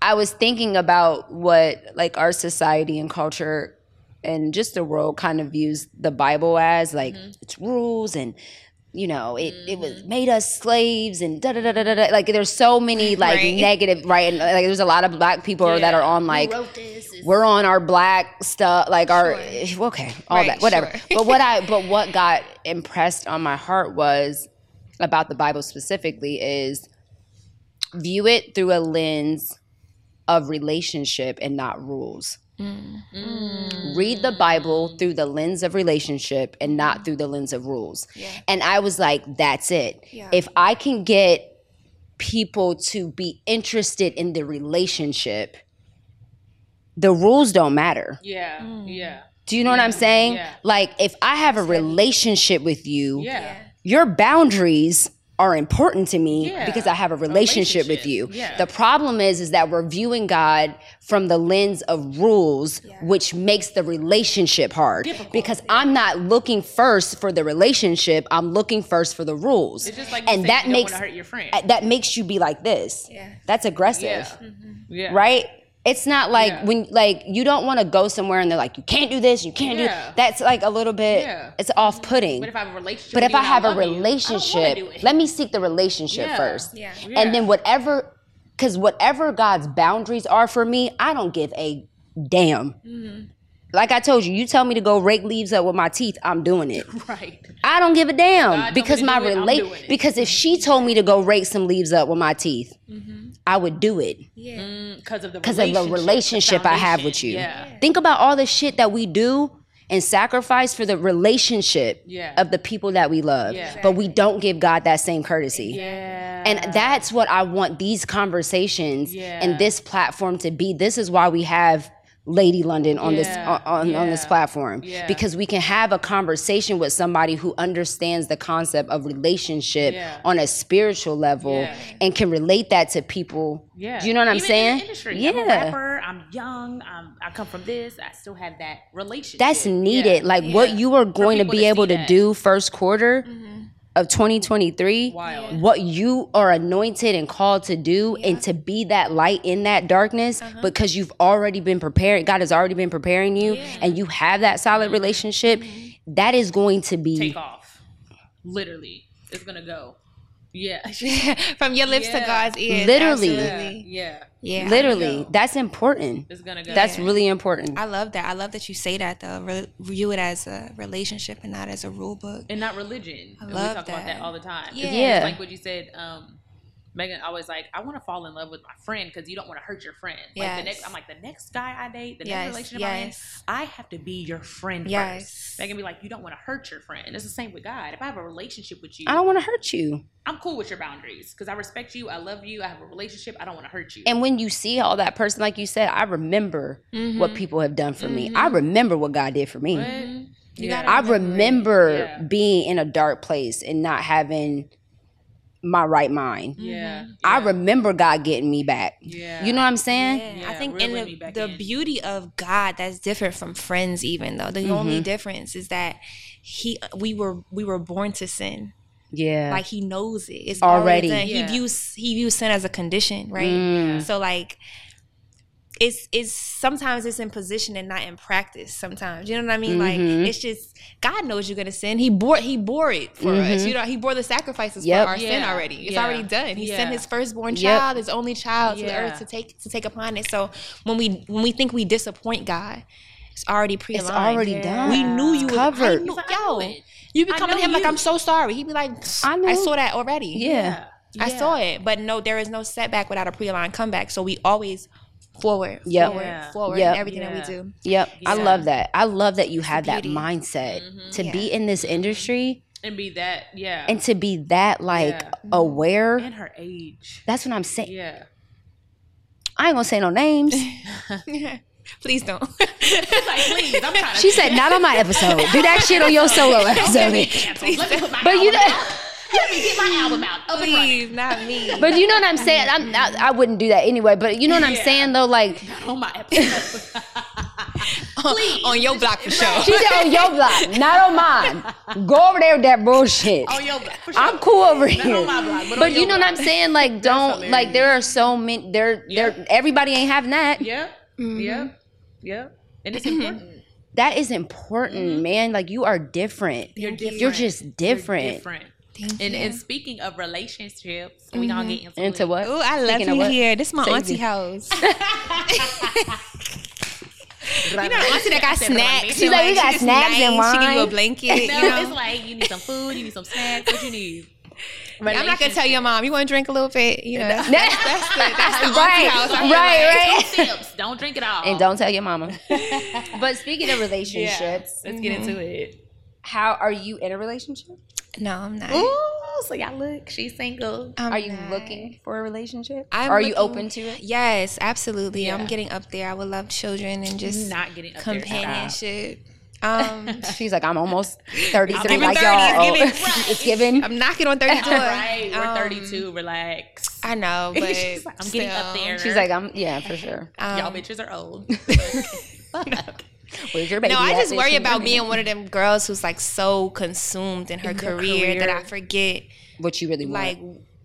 S2: I was thinking about what like our society and culture and just the world kind of views the Bible as like
S3: Mm-hmm.
S2: its rules and you know it, it was made us slaves and da da da da da da. like there's so many like
S3: Right.
S2: negative right and like there's a lot of black people that are on like
S1: this is
S2: we're on our black stuff like our eh, okay all
S3: Right,
S2: that whatever
S3: sure.
S2: but what i but what got impressed on my heart was about the bible specifically is view it through a lens of relationship and not rules
S1: Mm.
S2: read the bible through the lens of relationship and not through the lens of rules
S3: Yeah.
S2: and i was like that's it
S3: Yeah.
S2: if i can get people to be interested in the relationship the rules don't matter.
S1: Yeah. Yeah.
S2: Do you know what I'm saying?
S1: yeah.
S2: Like if I have a relationship with you,
S1: Yeah.
S2: your boundaries are important to me
S1: Yeah.
S2: because I have a relationship, with you.
S1: Relationship, yeah.
S2: The problem is is that we're viewing God from the lens of rules which makes the relationship hard because I'm not looking first for the relationship, I'm looking first for the rules.
S1: It's just like
S2: and that makes
S1: don't want to hurt your friend.
S2: that makes you be like this.
S3: Yeah.
S2: That's aggressive
S1: yeah. Mm-hmm. Yeah.
S2: right? It's not like
S1: Yeah.
S2: when like you don't want to go somewhere and they're like you can't do this, you can't
S1: Yeah.
S2: do that's like a little bit
S1: Yeah.
S2: it's off putting.
S1: But if I have a relationship,
S2: But
S1: with
S2: if
S1: you
S2: I
S1: and
S2: have a
S1: love you, I don't wanna
S2: relationship,
S1: do it.
S2: let me seek the relationship
S1: Yeah.
S2: first.
S3: Yeah.
S1: Yeah.
S2: And then whatever cuz whatever God's boundaries are for me, I don't give a damn.
S1: Mm-hmm.
S2: Like I told you, you tell me to go rake leaves up with my teeth, I'm doing it.
S1: right.
S2: I don't give a damn
S1: told me
S2: because
S1: to
S2: my
S1: do it, I'm
S2: relate
S1: doing it.
S2: because if she told me to go rake some leaves up with my teeth,
S1: Mm-hmm.
S2: I would do it
S1: Because Mm, of the
S2: because of the relationship I have with
S1: foundation.
S2: you.
S1: Yeah.
S2: Think about all the shit that we do and sacrifice for the relationship
S1: Yeah.
S2: of the people that we love,
S1: Yeah.
S2: but we don't give God that same courtesy.
S1: Yeah.
S2: And that's what I want these conversations
S1: Uh-huh. Yeah.
S2: and this platform to be. This is why we have Lady London on this
S1: Yeah.
S2: on, on, on this
S1: Yeah.
S2: platform
S1: Yeah.
S2: because we can have a conversation with somebody who understands the concept of relationship
S1: Yeah.
S2: on a spiritual level
S1: Yeah.
S2: and can relate that to people.
S1: Yeah.
S2: Do you know what I'm
S1: Even
S2: saying?
S1: In the industry.
S2: Yeah.
S1: I'm a rapper. I'm young. I'm, I come from this. I still have that relationship.
S2: That's needed.
S1: Yeah.
S2: Like what you are going to
S1: people
S2: be
S1: to
S2: able
S1: see
S2: to
S1: that. Mm-hmm.
S2: do first quarter of 2023.
S1: Wild.
S2: What you are anointed and called to do and to be that light in that darkness because you've already been prepared. God has already been preparing you and you have that solid relationship. That is going to be
S1: Take off. Literally. It's going to go. Yeah.
S3: From your lips
S1: Yeah.
S3: to God's ears.
S2: Literally.
S3: absolutely.
S1: yeah.
S3: Yeah.
S2: literally
S1: go.
S2: that's important.
S1: It's going to go.
S2: That's really important.
S3: I love that. I love that you say that though. Re- view it as a relationship and not as a rule book.
S1: and not religion.
S3: I
S1: And we
S3: love
S1: talk about that
S3: that.
S1: all the time. It's
S3: Yeah.
S2: Yeah.
S1: like what you said, um, Megan always like, I want to fall in love with my friend because you don't want to hurt your friend. Like the
S3: Yes.
S1: next, I'm like the next guy I date, the next
S3: Yes,
S1: relationship
S3: yes.
S1: I'm in, I have to be your friend
S3: Yes.
S1: first. Megan be like, you don't want to hurt your friend. It's the same with God. If I have a relationship with you,
S2: I don't want to hurt you.
S1: I'm cool with your boundaries because I respect you, I love you, I have a relationship, I don't want to hurt you.
S2: And when you see all that person, like you said, I remember
S3: Mm-hmm.
S2: what people have done for me. I remember what God did for me.
S3: You
S1: Yeah.
S2: I
S3: gotta
S2: remember
S1: Yeah.
S2: being in a dark place and not having my right mind.
S1: yeah,
S2: I remember God getting me back.
S1: yeah,
S2: You know what I'm saying?
S3: Yeah, I
S1: Yeah,
S3: think
S1: reeling
S3: in
S1: me
S3: the,
S1: back
S3: the
S1: in.
S3: beauty of God that's different from friends even though. The only
S2: Mm-hmm.
S3: difference is that he we were we were born to sin.
S2: Yeah.
S3: Like he knows it. It's
S2: Already.
S3: already, done.
S1: Yeah.
S3: He views he views sin as a condition, right?
S2: Mm.
S3: So like it's it's sometimes it's in position and not in practice sometimes. You know what I mean?
S2: Mm-hmm.
S3: Like it's just God knows you're gonna sin. He bore he bore it for us. You know, he bore the sacrifices
S2: Mm-hmm. Yep.
S3: for our sin
S1: Yeah.
S3: already. It's
S1: Yeah.
S3: already done. He
S1: Yeah.
S3: sent his firstborn
S2: Yep.
S3: child, his only child to the
S1: Yeah.
S3: earth to take to take upon it. So when we when we think we disappoint God, it's already pre
S2: it's already done.
S3: We knew
S2: It's
S3: you was- I
S2: covered.
S3: knew-
S1: like, I
S3: yo,
S1: knew it.
S3: you
S1: I
S3: be coming
S1: know
S3: to him like
S1: you.
S3: I'm so sorry. He'd be like,
S2: I
S3: I,
S2: knew.
S3: saw that already.
S2: yeah.
S3: I saw it, but no, there is no setback without a pre-aligned comeback. So we always forward,
S2: Yep.
S3: forward,
S1: Yeah.
S3: forward
S2: Yep.
S3: in everything
S1: Yeah.
S3: that we do.
S2: Yep. I
S1: Yeah.
S2: love that. I love that you have that
S3: beauty.
S2: mindset
S1: Mm-hmm.
S2: to be in this industry
S1: and be that, yeah,
S2: and to be that like
S1: Yeah.
S2: aware.
S1: and her age,
S2: That's what I'm saying.
S1: yeah.
S2: I ain't gonna say no names.
S3: Please don't.
S1: Like, please, I'm trying to
S2: She said, "Not on my episode. Do that shit on your solo episode."
S1: cancel. Let me put my
S2: But
S1: album
S2: you know.
S1: out. Let me get my album out. Up and running.
S3: Please, not me.
S2: But you know what I'm saying? I'm, I, I wouldn't do that anyway. But you know what I'm saying though? Like,
S1: Oh my episode.
S3: on your block for sure.
S2: she said, on your block, not on mine. Go over there with that bullshit.
S1: Oh, yo, for sure.
S2: I'm cool over here.
S1: on my block, but
S2: but
S1: on your
S2: you know what I'm saying? Like, don't, like, there are so many, there, there, everybody ain't having that.
S1: Yep. Yep. Yep. And
S2: Mm-hmm.
S1: it's important.
S2: That is important, man. Like, you are different.
S1: Mm-hmm. You're different.
S2: You're just different.
S1: different. And, and speaking of relationships, we gonna get into,
S2: Mm-hmm. Into
S1: it.
S2: what?
S3: Ooh, I love
S2: Speaking of
S3: you
S2: what?
S3: here. This is my
S2: Say it
S3: auntie
S2: again.
S3: house. you know, the auntie that got snacks.
S2: She's like, we got
S3: she's
S2: snacks and
S3: nice. She give you a
S2: wine.
S3: blanket.
S1: No,
S3: you know?
S1: it's like you need some food, you need some snacks, what you need.
S3: I'm not gonna tell your mom. You want to drink a little bit? You know, that's, that's, that's the, that's the auntie
S2: Right,
S3: house. I
S2: right,
S3: feel like.
S2: right.
S1: Tips. Don't drink it all.
S2: And don't tell your mama. but speaking of relationships,
S3: Mm-hmm.
S1: Let's get into it.
S2: how are you in a relationship?
S3: No, I'm not.
S1: Ooh,
S5: So y'all look, she's single.
S3: I'm
S2: Are you
S3: not.
S2: looking for a relationship?
S3: I'm
S2: Are you
S3: looking-
S2: open to it?
S3: Yes, absolutely.
S1: Yeah.
S3: I'm getting up there. I would love children and just
S1: not getting up
S3: companionship. Um,
S2: She's like, I'm almost 33
S3: giving
S2: like
S3: 30,
S2: y'all.
S3: it's giving.
S2: oh, it's given.
S3: I'm knocking on 30 door.
S1: there. Right, we're
S3: Um,
S1: 32. Relax.
S3: I know, but
S1: She's like, I'm getting up
S3: still.
S1: there.
S2: She's like, I'm yeah, for sure.
S3: Um,
S1: y'all bitches are old.
S2: Where's your baby?
S3: No, I
S2: at,
S3: just
S2: bitch?
S3: worry about being one of them girls who's like so consumed in her career, that I forget
S2: what you really want.
S3: like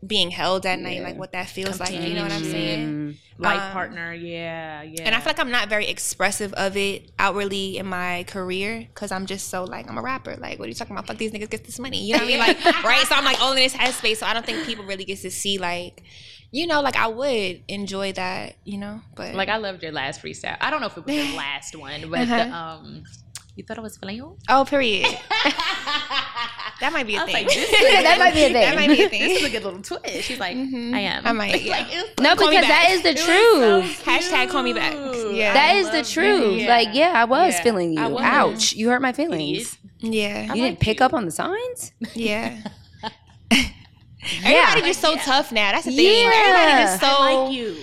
S3: being held at night, like what that feels like. You know what I'm saying?
S2: Mm-hmm.
S1: Life
S3: Um,
S1: partner. Yeah, yeah.
S3: And I feel like I'm not very expressive of it outwardly in my career because I'm just so like I'm a rapper. Like, what are you talking about? Fuck these niggas, get this money. You know what I mean? Like, right? So I'm like only in this headspace. So I don't think people really get to see like, you know, like I would enjoy that. You know, but
S1: Like I loved your last freestyle. I don't know if it was your last one, but the,
S3: Uh-huh.
S1: um, you thought it was flail.
S3: oh, period. that might be a
S1: I was
S3: thing.
S1: like, this
S2: Yeah, that might be a
S3: that
S2: thing.
S3: might be a
S1: This is
S3: thing.
S1: a good little twist. She's like,
S3: Mhm.
S1: I am.
S3: I might. Yeah.
S1: Like, it's
S2: no,
S3: call me
S2: because that
S3: back.
S2: is the truth.
S3: Hashtag call me back.
S1: Ooh,
S3: Yeah.
S2: that
S1: I
S2: is the
S1: love
S2: truth.
S1: Yeah.
S2: Like, yeah, I was
S1: Yeah.
S2: feeling you.
S1: I was.
S2: Ouch. You hurt my feelings.
S3: yeah.
S2: You didn't
S1: like
S2: pick
S1: you.
S2: up on the signs?
S3: Yeah.
S2: Yeah.
S3: Everybody just so tough now. That's the thing.
S2: Yeah.
S3: Everybody just so.
S1: I like you.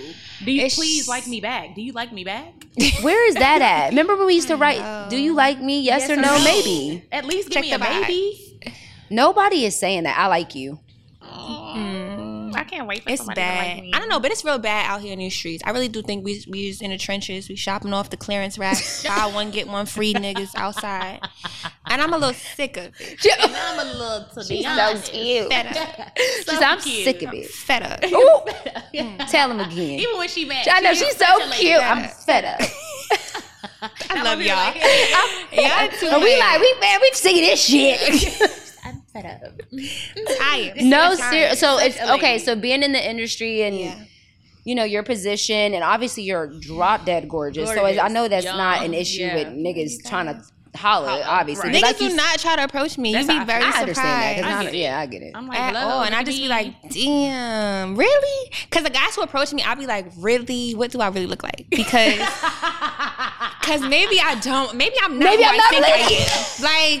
S1: Do you
S3: It's-
S1: please like me back? Do you like me back?
S2: Where is that at? Remember when we used to write,
S3: know.
S2: do you like me? Yes, or no, maybe.
S1: At least
S3: Check
S1: give me a
S3: the vibe.
S1: baby.
S2: Nobody is saying that. I like you.
S3: Mm,
S5: I can't wait for
S3: it's
S5: somebody to like
S3: bad.
S5: me.
S3: I don't know, but it's real bad out here in these streets. I really do think we we just in the trenches. We shopping off the clearance rack. buy one get one free, niggas outside. And I'm a little sick of it.
S1: I'm a little to be
S2: So
S1: honest.
S2: cute.
S3: Fed up.
S2: She said, I'm sick of it.
S3: Fed up.
S2: Ooh. Tell him again.
S1: Even when she mad,
S2: I know
S1: she
S2: she's
S1: is such
S2: so
S1: a lady.
S2: cute. I'm fed up.
S3: I love y'all.
S1: like-
S3: y'all too
S2: And we
S3: much.
S2: like, we man, we singing this shit.
S1: I'm fed up.
S3: tired.
S2: no,
S3: Tired.
S2: ser- so it's
S1: a
S2: okay.
S1: lady.
S2: So being in the industry and
S3: Yeah.
S2: you know your position, and obviously you're drop dead gorgeous. So I- I
S1: Gorgeous.
S2: know that's not an
S1: Young.
S2: issue
S1: Yeah.
S2: with niggas trying to holler. Obviously,
S1: Right.
S2: But
S3: Niggas
S2: like you
S3: do
S2: s-
S3: not try to approach me. You
S1: That's
S3: be
S1: how I
S3: very
S2: I
S3: surprised.
S2: understand that. 'cause
S1: I
S2: I
S1: get
S2: don't-
S1: it.
S2: yeah, I get it.
S1: I'm like,
S3: at
S1: hello,
S3: all. And I just be like, damn, really? Because the guys who approach me, I'll be like, really? What do I really look like? Because cause maybe I don't. Maybe I'm not.
S2: Maybe
S3: who
S2: I'm
S3: I
S2: not
S3: think
S2: really.
S3: I am.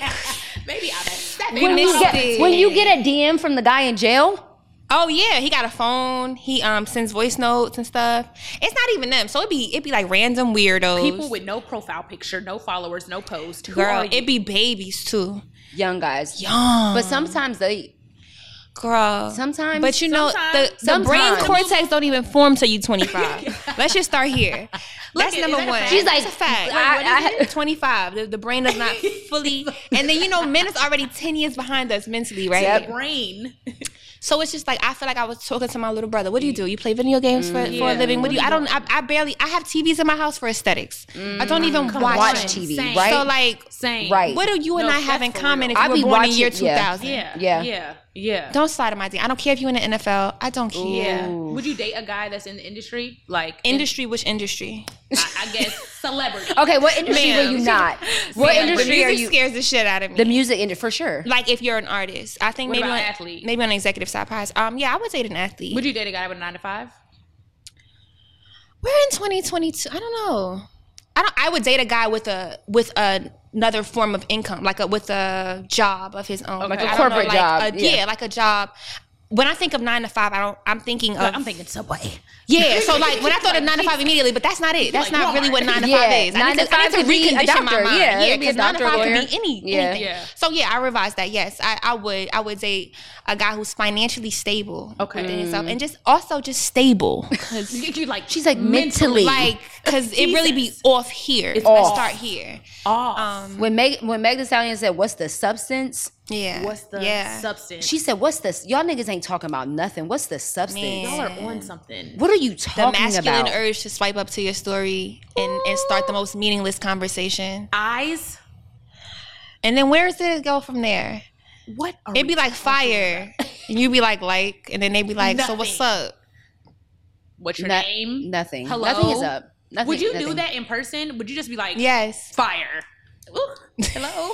S3: Like,
S1: maybe I'm upset.
S3: we
S2: When you
S3: missed
S2: get
S3: it.
S2: when you get a DM from the guy in jail,
S3: oh yeah, he got a phone. He um sends voice notes and stuff. It's not even them. So it'd be it'd be like random weirdos.
S1: People with no profile picture, no followers, no post. Who
S3: girl.
S1: are you?
S3: It'd be babies too.
S2: young guys.
S3: Young.
S2: But sometimes they
S3: girl.
S2: sometimes
S3: But you know, the, the
S2: Sometimes.
S3: brain
S2: Sometimes.
S3: cortex don't even form till you 25. Let's just start here. That's
S1: at- is
S3: number
S1: that a
S3: one.
S1: fact?
S2: She's like,
S3: That's a fact.
S2: I-
S3: Wait, what is
S2: I-
S3: it? 25. The, the brain does not fully. And then, you know, men is already 10 years behind us mentally, right?
S2: Yep.
S1: brain.
S3: So it's just like, I feel like I was talking to my little brother. What do you do? You play video games for, for a living? What do you? I don't, I, I barely, I have TVs in my house for aesthetics. I don't even watch,
S2: watch
S3: them.
S2: TV,
S1: Same.
S2: right?
S3: So, like,
S1: Same.
S2: Right.
S3: what do you and
S1: No,
S3: I have
S1: that's
S3: in
S1: for
S3: common
S1: real.
S3: if
S2: I
S3: you were
S2: be
S3: born
S2: watching-
S3: in year
S2: yeah.
S3: 2000?
S1: Yeah.
S2: Yeah.
S1: Yeah. Yeah.
S3: Don't slide in my D. I don't care if you're in the NFL. I don't care.
S1: yeah. Would you date a guy that's in the industry? Like in-
S3: Industry, which industry?
S1: I, I guess celebrity. Oh,
S2: okay, what industry
S3: Ma'am.
S2: were you not? What
S1: Ma'am,
S3: The
S2: industry
S3: music
S2: are you?
S3: scares the shit out of me.
S2: The music industry for sure.
S3: like if you're an artist, I think
S1: What
S3: maybe
S1: about
S3: on
S1: athlete?
S3: maybe on the executive side, prize. Um, yeah, I would date an athlete.
S1: Would you date a guy with a nine to five?
S3: We're in 2022. I don't know. I don't. I would date a guy with a with a, another form of income, like a with a job of his own,
S1: Like a
S3: I don't
S2: corporate job,
S3: a-
S2: yeah.
S3: yeah. like a job. When I think of nine to five, I don't. I'm thinking
S2: Uh,
S3: of.
S1: I'm thinking Subway.
S3: yeah. So like when I thought of nine to five immediately, but that's not it. That's
S1: Like
S3: not really what nine to
S2: Yeah,
S3: five is. I
S2: nine
S3: need
S2: to
S3: to, I
S2: five
S3: need
S2: could
S3: to
S2: be a
S3: recondition
S2: doctor,
S3: my mind.
S2: yeah, it could
S3: Yeah,
S2: be a
S3: because nine to
S2: doctor,
S3: five could
S2: lawyer.
S3: be any.
S2: Yeah.
S3: anything.
S1: Yeah.
S3: So yeah, I revised that. Yes, I, I would. I would date a guy who's financially stable.
S1: Okay.
S3: within
S2: Mm.
S3: himself, and just also just stable.
S1: You like
S2: She's like mentally.
S3: like because it really be off here. Let's
S2: off.
S3: start here.
S1: off.
S3: Um,
S2: when Meg when Meg Thee Stallion said, "What's the substance?"
S3: yeah.
S1: What's the
S3: yeah?
S1: substance?
S2: She said, "What's this? Y'all niggas ain't talking about nothing. What's the substance?
S1: Y'all
S3: Man.
S1: are on something.
S2: What are you
S3: the
S2: talking
S3: masculine
S2: about?"
S3: urge to swipe up to your story and, and start the most meaningless conversation.
S1: Eyes.
S3: And then where does it go from there?
S1: What are
S3: It'd
S1: we
S3: be like fire. And you be like, like, and then they be like, so what's up?
S1: What's your
S2: No-
S1: name?
S2: Nothing.
S1: Hello?
S2: Nothing is up. Nothing,
S1: Would you do
S2: nothing.
S1: that in person? Would you just be like,
S3: Yes.
S1: fire? Ooh, hello?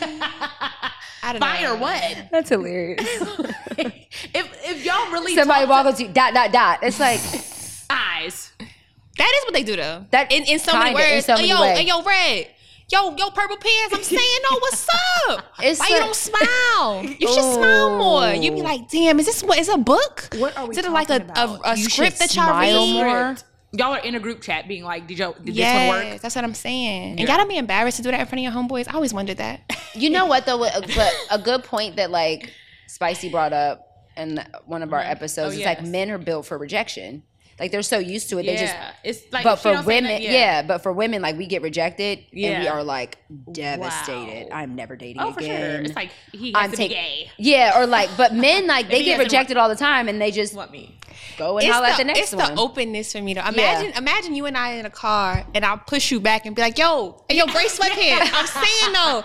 S3: I don't
S1: fire
S3: know.
S1: what?
S2: That's hilarious.
S1: if if y'all really
S2: Somebody
S1: talk
S2: walk up to you, dot dot dot. It's like
S1: to eyes,
S3: That is what they do though.
S2: That-
S3: in, in so many
S2: kinda, in
S3: words.
S2: so
S3: "Ay,
S2: many
S3: yo,
S2: ways.
S3: ay, yo, red. yo, yo, purple pants. I'm saying, no, what's up?
S2: It's
S3: Why you
S2: like-
S3: don't smile? You should smile more. You be like, damn, is this what is a book?
S1: What are we
S3: Is it like a,
S1: talking
S3: a,
S1: about?
S3: a
S2: You
S3: script
S2: should
S3: that y'all
S2: smile
S3: read?
S2: more.
S6: Y'all are in a group chat being like, did, y'all, did this one
S3: Yes,
S6: work?
S3: that's what I'm saying. And y'all don't be embarrassed to do that in front of your homeboys. I always wondered that.
S2: You know what though? What- But a good point that like Spicy brought up in one of our episodes
S6: Oh,
S2: is like
S6: yes.
S2: men are built for rejection. Like they're so used to it, they just.
S6: yeah. It's like,
S2: But
S6: she
S2: for
S6: don't say
S2: women,
S6: nothing-
S2: yeah. but for women, like we get rejected and we
S6: Yeah.
S2: are like devastated.
S6: Wow.
S2: I'm never dating
S6: Oh, for
S2: again.
S6: sure. It's like, he has
S2: I'm
S6: to
S2: take-
S6: be gay.
S2: yeah, or like, but men like they
S6: Maybe
S2: get
S6: he doesn't
S2: rejected all the time and they just
S6: What me?
S2: go and holler at the next
S3: it's
S2: one.
S3: the openness for me though.
S2: Yeah.
S3: Imagine, imagine you and I in a car, and I'll push you back and be like, "Yo, yo, gray sweatpants." I'm saying though,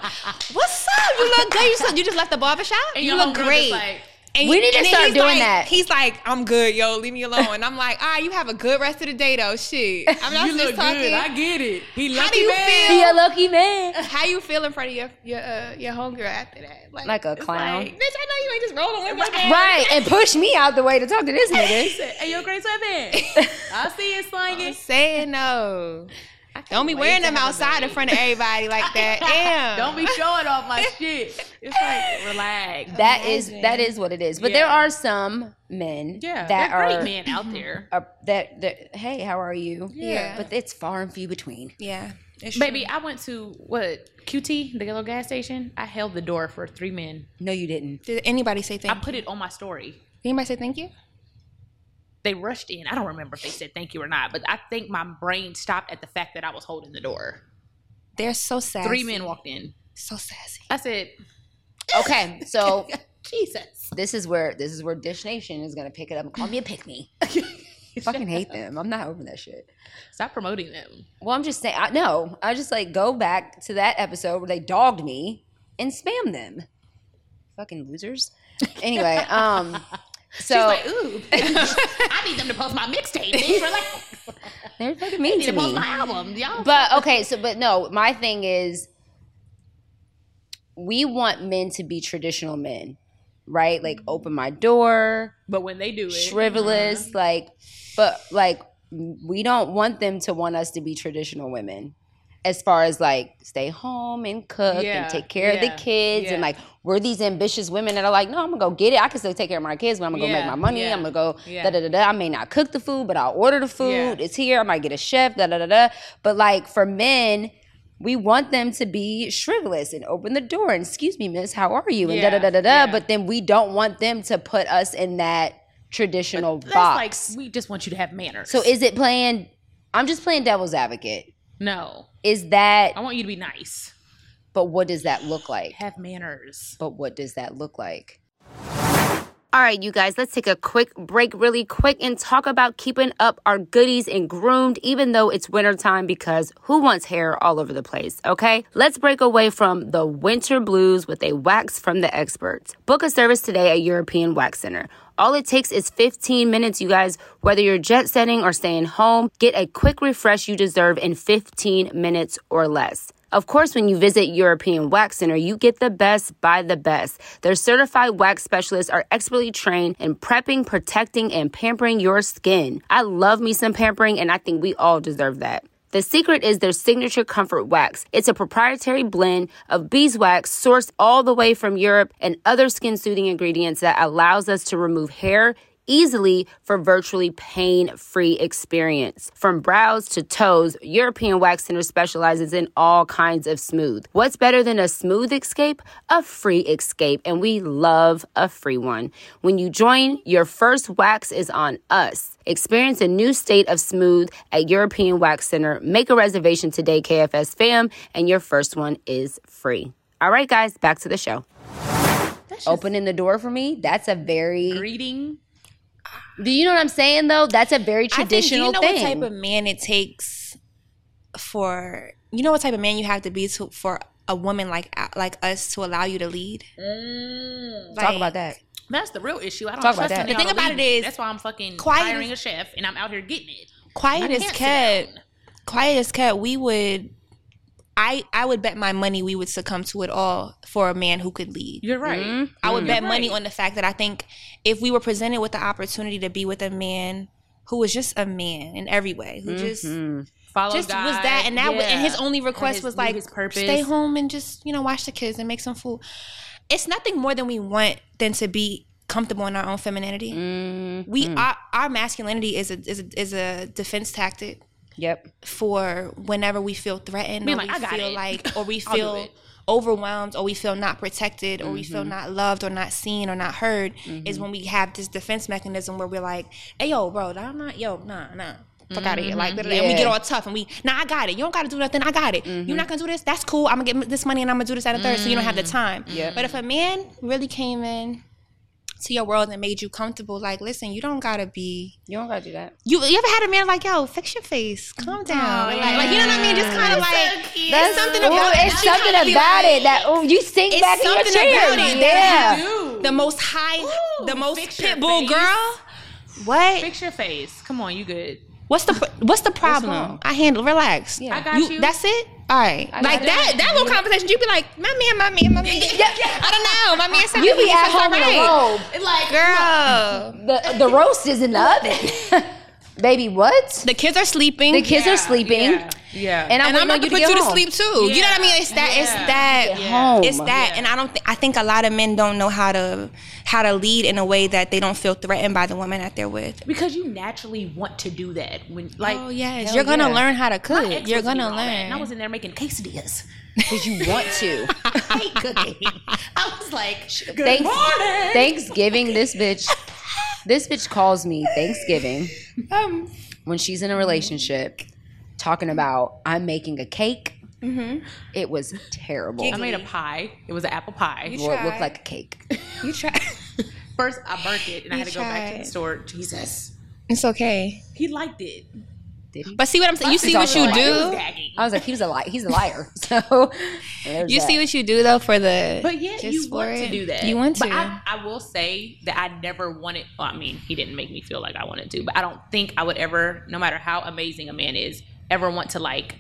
S3: what's up? You look good. You, so- you just left the barber shop.
S6: And
S3: you
S6: your homegirl
S3: look
S6: just
S3: great.
S6: like-
S3: and
S2: We need to
S3: and then
S2: start
S3: he's
S2: doing
S3: like-
S2: that.
S3: He's like, "I'm good, yo. Leave me alone." And I'm like, "Ah, you have a good rest of the day though. Shit, I'm not
S6: You
S3: just
S6: look
S3: talking.
S6: good. I get it. He lucky
S3: How do you
S6: man.
S3: feel?
S2: Be a lucky man.
S3: How you feel in front of your your uh, your homegirl after that?
S2: Like a
S3: it's
S2: clown.
S3: like, Bitch, I know you ain't just rolling with me.
S2: Right, and push me out the way to talk to this nigga.
S6: Hey, yo, Grace Weapon. I see it slanging.
S3: I'm saying no. Don't be
S6: wait to
S3: wearing them
S6: have a
S3: outside in
S6: baby.
S3: front of everybody like that. Damn.
S6: Don't be showing off my shit. It's like, relax.
S2: That is
S3: Imagine.
S2: that is what it is. But
S6: Yeah.
S2: there are some men
S6: Yeah,
S2: that
S6: they're
S2: are,
S6: great men out there.
S2: are that, that hey, how are you?
S3: Yeah.
S2: But it's far and few between.
S3: Yeah. It's
S6: Baby, I went to what QT, the little gas station. I held the door for three men.
S2: No, you didn't.
S3: True. Did anybody say thank
S6: I
S3: you?
S6: put it on my story.
S3: Did anybody say thank you?
S6: They rushed in. I don't remember if they said thank you or not, but I think my brain stopped at the fact that I was holding the door.
S3: They're so sassy.
S6: Three men walked in.
S3: So sassy.
S6: I said,
S2: Okay, so
S6: Jesus.
S2: this is where this is where Dish Nation is gonna pick it up and call me a pick me. I fucking hate them. I'm not over that shit.
S6: Stop promoting them.
S2: Well, I'm just saying. I, no, I just like go back to that episode where they dogged me and spam them. Fucking losers. Anyway, um, so
S6: She's like, ooh. I need them to post my mixtape. bitch. Relax.
S2: they're fucking mean
S6: They
S2: to
S6: need to post
S2: me.
S6: my album. Y'all
S2: But okay, so but no, my thing is we want men to be traditional men, right? Like open my door,
S6: But when they do it,
S2: shrivelous, like but like we don't want them to want us to be traditional women. As far as like stay home and cook
S6: Yeah,
S2: and take care of
S6: yeah,
S2: the kids and
S6: yeah.
S2: like we're these ambitious women that are like, no, I'm gonna go get it. I can still take care of my kids, but I'm gonna go make
S6: Yeah,
S2: my money.
S6: yeah,
S2: I'm gonna go
S6: yeah.
S2: da da da da. I may not cook the food, but I'll order the food.
S6: Yeah.
S2: It's here. I might get a chef. Da da da da. But like for men, we want them to be shrivelous and open the door and excuse me, miss, how are you? And da
S6: Yeah,
S2: da da da da.
S6: yeah.
S2: But then we don't want them to put us in that traditional
S6: that's
S2: box.
S6: like we just want you to have manners.
S2: so is it playing? I'm just playing devil's advocate.
S6: no.
S2: Is that?
S6: I want you to be nice.
S2: But what does that look like?
S6: Have manners.
S2: But what does that look like? All right, you guys, let's take a quick break, really quick, and talk about keeping up our goodies and groomed, even though it's wintertime, because who wants hair all over the place, okay? Let's break away from the winter blues with a wax from the experts. Book a service today at European Wax Center. All it takes is 15 minutes, you guys. Whether you're jet setting or staying home, get a quick refresh you deserve in 15 minutes or less. Of course, when you visit European Wax Center, you get the best by the best. Their certified wax specialists are expertly trained in prepping, protecting, and pampering your skin. I love me some pampering, and I think we all deserve that. The secret is their signature comfort wax. It's a proprietary blend of beeswax sourced all the way from Europe and other skin soothing ingredients that allows us to remove hair easily for virtually pain-free experience. From brows to toes, European Wax Center specializes in all kinds of smooth. What's better than a smooth escape? A free escape, and we love a free one. When you join, your first wax is on us. Experience a new state of smooth at European Wax Center. Make a reservation today, KFS fam, and your first one is free. All right, guys, back to the show. Opening the door for me, that's a very
S3: Mm.
S6: Greeting.
S2: do you know what I'm saying though? That's a very traditional
S3: I think, do you know
S2: thing.
S3: what type of man it takes for you know what type of man you have to be to for a woman like uh, like us to allow you to lead. Mm.
S2: Talk about that.
S6: That's the real issue. I don't
S2: Talk about
S6: trust
S2: that.
S6: that.
S3: The thing about it is-
S6: that's why I'm fucking
S3: Quiet
S6: hiring
S3: is-
S6: a chef and I'm out here getting it.
S3: Quiet
S6: I
S3: as
S6: can't sit
S3: kept.
S6: down.
S3: Quiet as kept. We would. I I would bet my money we would succumb to it all for a man who could lead.
S6: You're right.
S2: Mm-hmm.
S3: I
S1: Mm.
S3: would bet money
S6: right.
S3: on the fact that I think if we were presented with the opportunity to be with a man who was just a man in every way, who just
S1: Follow
S3: just
S1: Mm-hmm. God.
S3: was that, and that was, and his
S1: Yeah.
S3: only request
S1: his-
S3: was
S1: knew
S3: like,
S1: his purpose.
S3: stay home and just you know watch the kids and make some food. It's nothing more than we want than to be comfortable in our own femininity.
S1: Mm-hmm.
S2: Mm,
S3: We our, our masculinity is a, is a is a defense tactic
S2: yep.
S3: for whenever we feel threatened
S1: Being
S3: or
S1: like,
S3: we
S1: "I got
S3: feel
S1: it."
S3: like or we
S1: I'll do
S3: feel
S1: it. Mm-hmm.
S3: overwhelmed or we feel not protected or we feel not loved or not seen or not heard is when we have this defense mechanism where we're like, hey yo, bro, I'm not yo, nah, nah. Fuck out of here. Like, and
S2: Mm-hmm.
S3: we
S2: Yeah. Mm-hmm.
S3: get all tough and we, nah, I got it. You don't got to do nothing. I got it. You're not going to do this? That's cool. I'm going to get m- this money and I'm going to do this at a third so you don't have the
S2: Mm-hmm.
S3: time.
S2: Yep.
S3: But if a man really came in to your world and made you comfortable, like, listen, you don't got to be
S2: You don't gotta do that.
S3: you you ever had a man like, yo, fix your face, calm down, like, like, you know what I mean? Just kind of like
S2: That's
S3: something
S2: ooh,
S3: about it.
S2: It's
S3: She
S2: something
S3: kinda
S2: about
S3: be
S2: it that oh, you sink
S3: it's
S2: back in your
S3: something
S2: chair.
S3: about it that
S2: yeah.
S3: the most high, the most
S1: fix your
S3: pit bull
S1: face.
S3: girl. What?
S1: Fix your face. Come on, you good.
S3: what's the pr- what's the problem?
S2: wrong?
S3: I handle. Relax.
S2: Yeah. I
S1: got you.
S3: That's it. All right. like
S2: got
S3: that that little conversation, you be like, my man, my man, my man. I don't know. My man said
S2: You
S3: that
S2: be
S3: he
S2: at
S3: was
S2: home in a
S3: alright.
S2: robe.
S3: Girl,
S2: The the roast is in the oven. Baby, what?
S3: the kids are sleeping.
S2: The kids are sleeping.
S1: Yeah. yeah.
S2: And I'm,
S3: and I'm
S2: waiting on you
S3: about to put
S2: get
S3: you to
S2: home.
S3: sleep too. You know what I mean? It's that. It's that.
S2: Get home.
S3: It's that, and I don't. Th- I think a lot of men don't know how to how to lead in a way that they don't feel threatened by the woman that they're with.
S1: because you naturally want to do that when like
S3: oh yes, you're gonna
S2: yeah.
S3: learn how to cook.
S1: ex
S3: You're
S1: was doing
S3: gonna
S1: all that, And I was
S3: learn.
S1: in there making quesadillas.
S2: because you want to.
S1: I hate cooking. I was like, good
S2: Thanks-
S1: morning.
S2: Thanksgiving, this bitch, this bitch calls me Thanksgiving
S3: Um,
S2: when she's in a relationship, talking about I'm making a cake.
S3: Mm-hmm.
S2: It was terrible.
S1: I made a pie. It was an apple pie.
S2: Well, it looked like a cake.
S3: You try.
S1: First, I burnt it, and I
S3: You
S1: had to go back to the
S3: tried.
S1: store. Jesus,
S3: it's okay.
S1: he liked it.
S3: But see what I'm saying. You see what
S2: also
S3: you
S2: like-
S1: It was
S3: do.
S1: gagging.
S2: I was like, he was a liar. He's a liar. So there's
S3: You
S2: that.
S3: see what you do though for the.
S1: But yeah,
S3: just
S1: you want
S3: for
S1: to
S3: it.
S1: do that.
S3: You want to.
S1: But I, I will say that I never wanted. Well, I mean, he didn't make me feel like I wanted to, but I don't think I would ever, no matter how amazing a man is, ever want to like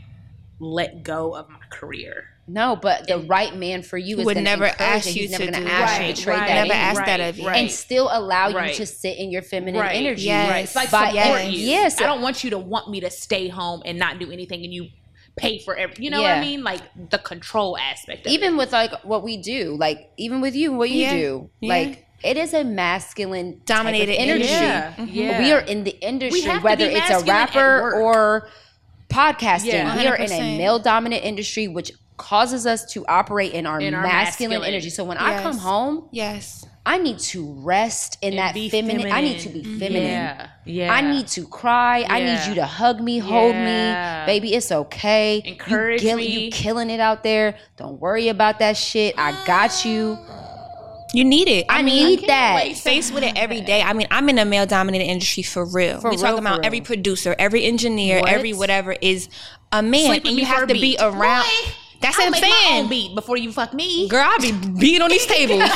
S1: let go of my career.
S2: No, but the right man for you is
S3: would
S2: gonna
S3: never
S2: encourage
S3: ask
S2: it.
S3: you
S2: He's never
S3: to
S2: gonna
S3: do
S2: ask
S3: that.
S2: you to trade
S1: Right,
S2: that
S3: Never
S2: in
S3: ask that of you.
S2: and still allow
S1: Right.
S2: you to sit in your feminine
S1: Right.
S2: energy.
S3: Yes.
S1: It's like
S2: But-
S1: support
S3: yes.
S1: you.
S2: Yes.
S1: I don't want you to want me to stay home and not do anything, and you pay for everything. You know what I
S2: Yeah.
S1: mean? Like the control aspect. Of it.
S2: even with like what we do, like even with you, what you
S3: Yeah.
S2: do,
S3: Yeah.
S2: like it is a masculine type of
S3: Dominated
S2: energy.
S3: energy. Mm-hmm.
S1: Yeah. Yeah.
S2: We are in the
S1: We
S2: industry,
S1: have to
S2: whether
S1: be
S2: it's a
S1: masculine at
S2: rapper
S1: work.
S2: or podcasting.
S1: Yeah.
S2: We are in
S3: 100%.
S2: a male dominant industry, which causes us to operate in our,
S1: In our
S2: masculine,
S1: masculine.
S2: energy. So when
S3: Yes.
S2: I come home,
S3: yes.
S2: I need to rest in
S1: And
S2: that
S1: be
S2: feminine. I need to
S1: feminine.
S2: be feminine.
S1: Yeah. Yeah.
S2: I need to cry. I
S1: Yeah.
S2: need you to hug me, hold
S1: Yeah.
S2: me. Baby, it's okay. You
S1: Encourage
S2: kill-
S1: me.
S2: You killing it out there. Don't worry about that shit. I got you.
S3: You need it.
S2: I,
S3: I mean,
S2: need that.
S3: faced with it every day. I mean, I'm in a male dominated industry for real. we
S2: real,
S3: talk
S2: for
S3: about every
S2: real.
S3: producer, every engineer, every whatever is a man,
S1: Sleep with
S3: and
S1: me
S3: you
S1: for
S3: have
S1: a
S3: to be
S1: beat.
S3: around.
S1: Boy,
S3: That's
S1: I'll
S3: what
S1: make
S3: I'm
S1: my own
S3: saying.
S1: beat before you fuck me.
S3: Girl, I be beating on these tables.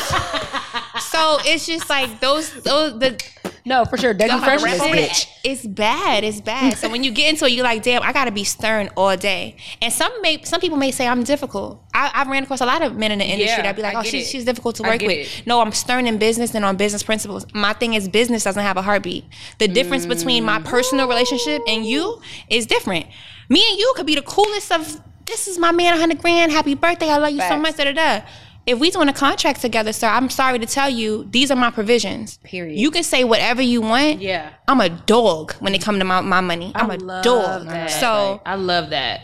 S3: so it's just like those those the
S2: No, for sure. Dougie Fresh
S1: rap
S2: is
S1: on
S2: bitch.
S3: It's bad. It's bad. So when you get into it, you're like, damn, I gotta be stern all day. And some may some people may say I'm difficult. I, I ran across a lot of men in the industry
S1: Yeah,
S3: that be like,
S1: I
S3: oh,
S1: get
S3: she,
S1: it.
S3: she's difficult to
S1: I
S3: work
S1: get
S3: with.
S1: it.
S3: No, I'm stern in business and on business principles. My thing is business doesn't have a heartbeat. The difference between my personal relationship and you is different. Me and you could be the coolest of. This is my man, 100 grand. Happy birthday. I love you so
S2: Facts.
S3: much. Da, da, da. If we doing a contract together, sir, I'm sorry to tell you, these are my provisions.
S2: Period.
S3: You can say whatever you want.
S1: Yeah.
S3: I'm a dog when it comes to my, my money. I'm a dog. So
S1: I love that.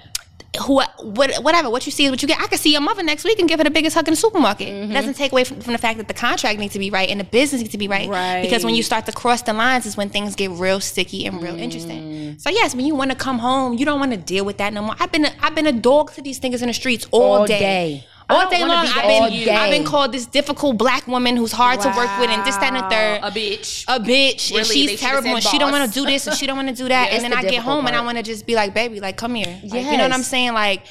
S3: wha- what, whatever, what you see is what you get. I could see your mother next week and give her the biggest hug in the supermarket. It doesn't take away from, from the fact that the contract needs to be right and the business needs to be right. Because when you start to cross the lines is when things get real sticky and real interesting. So yes, when you want to come home, you don't want to deal with that no more. I've been a, I've been a dog to these niggas in the streets all,
S2: All
S3: day.
S2: day.
S3: All day long,
S1: be
S3: I've
S1: that
S3: been
S2: to you.
S3: I've been
S2: All day.
S3: called this difficult black woman who's hard to work with and this, that, and the third
S1: A bitch.
S3: a bitch and
S1: Really, they
S3: she's
S1: should've
S3: terrible
S1: said
S3: and she don't
S1: boss.
S3: want to do this and she don't want to do that and
S2: It's
S3: then
S2: the
S3: I get
S2: difficult
S3: home and I
S2: part.
S3: want to just be like baby like come here Like, you know what I'm
S2: Yes.
S3: saying like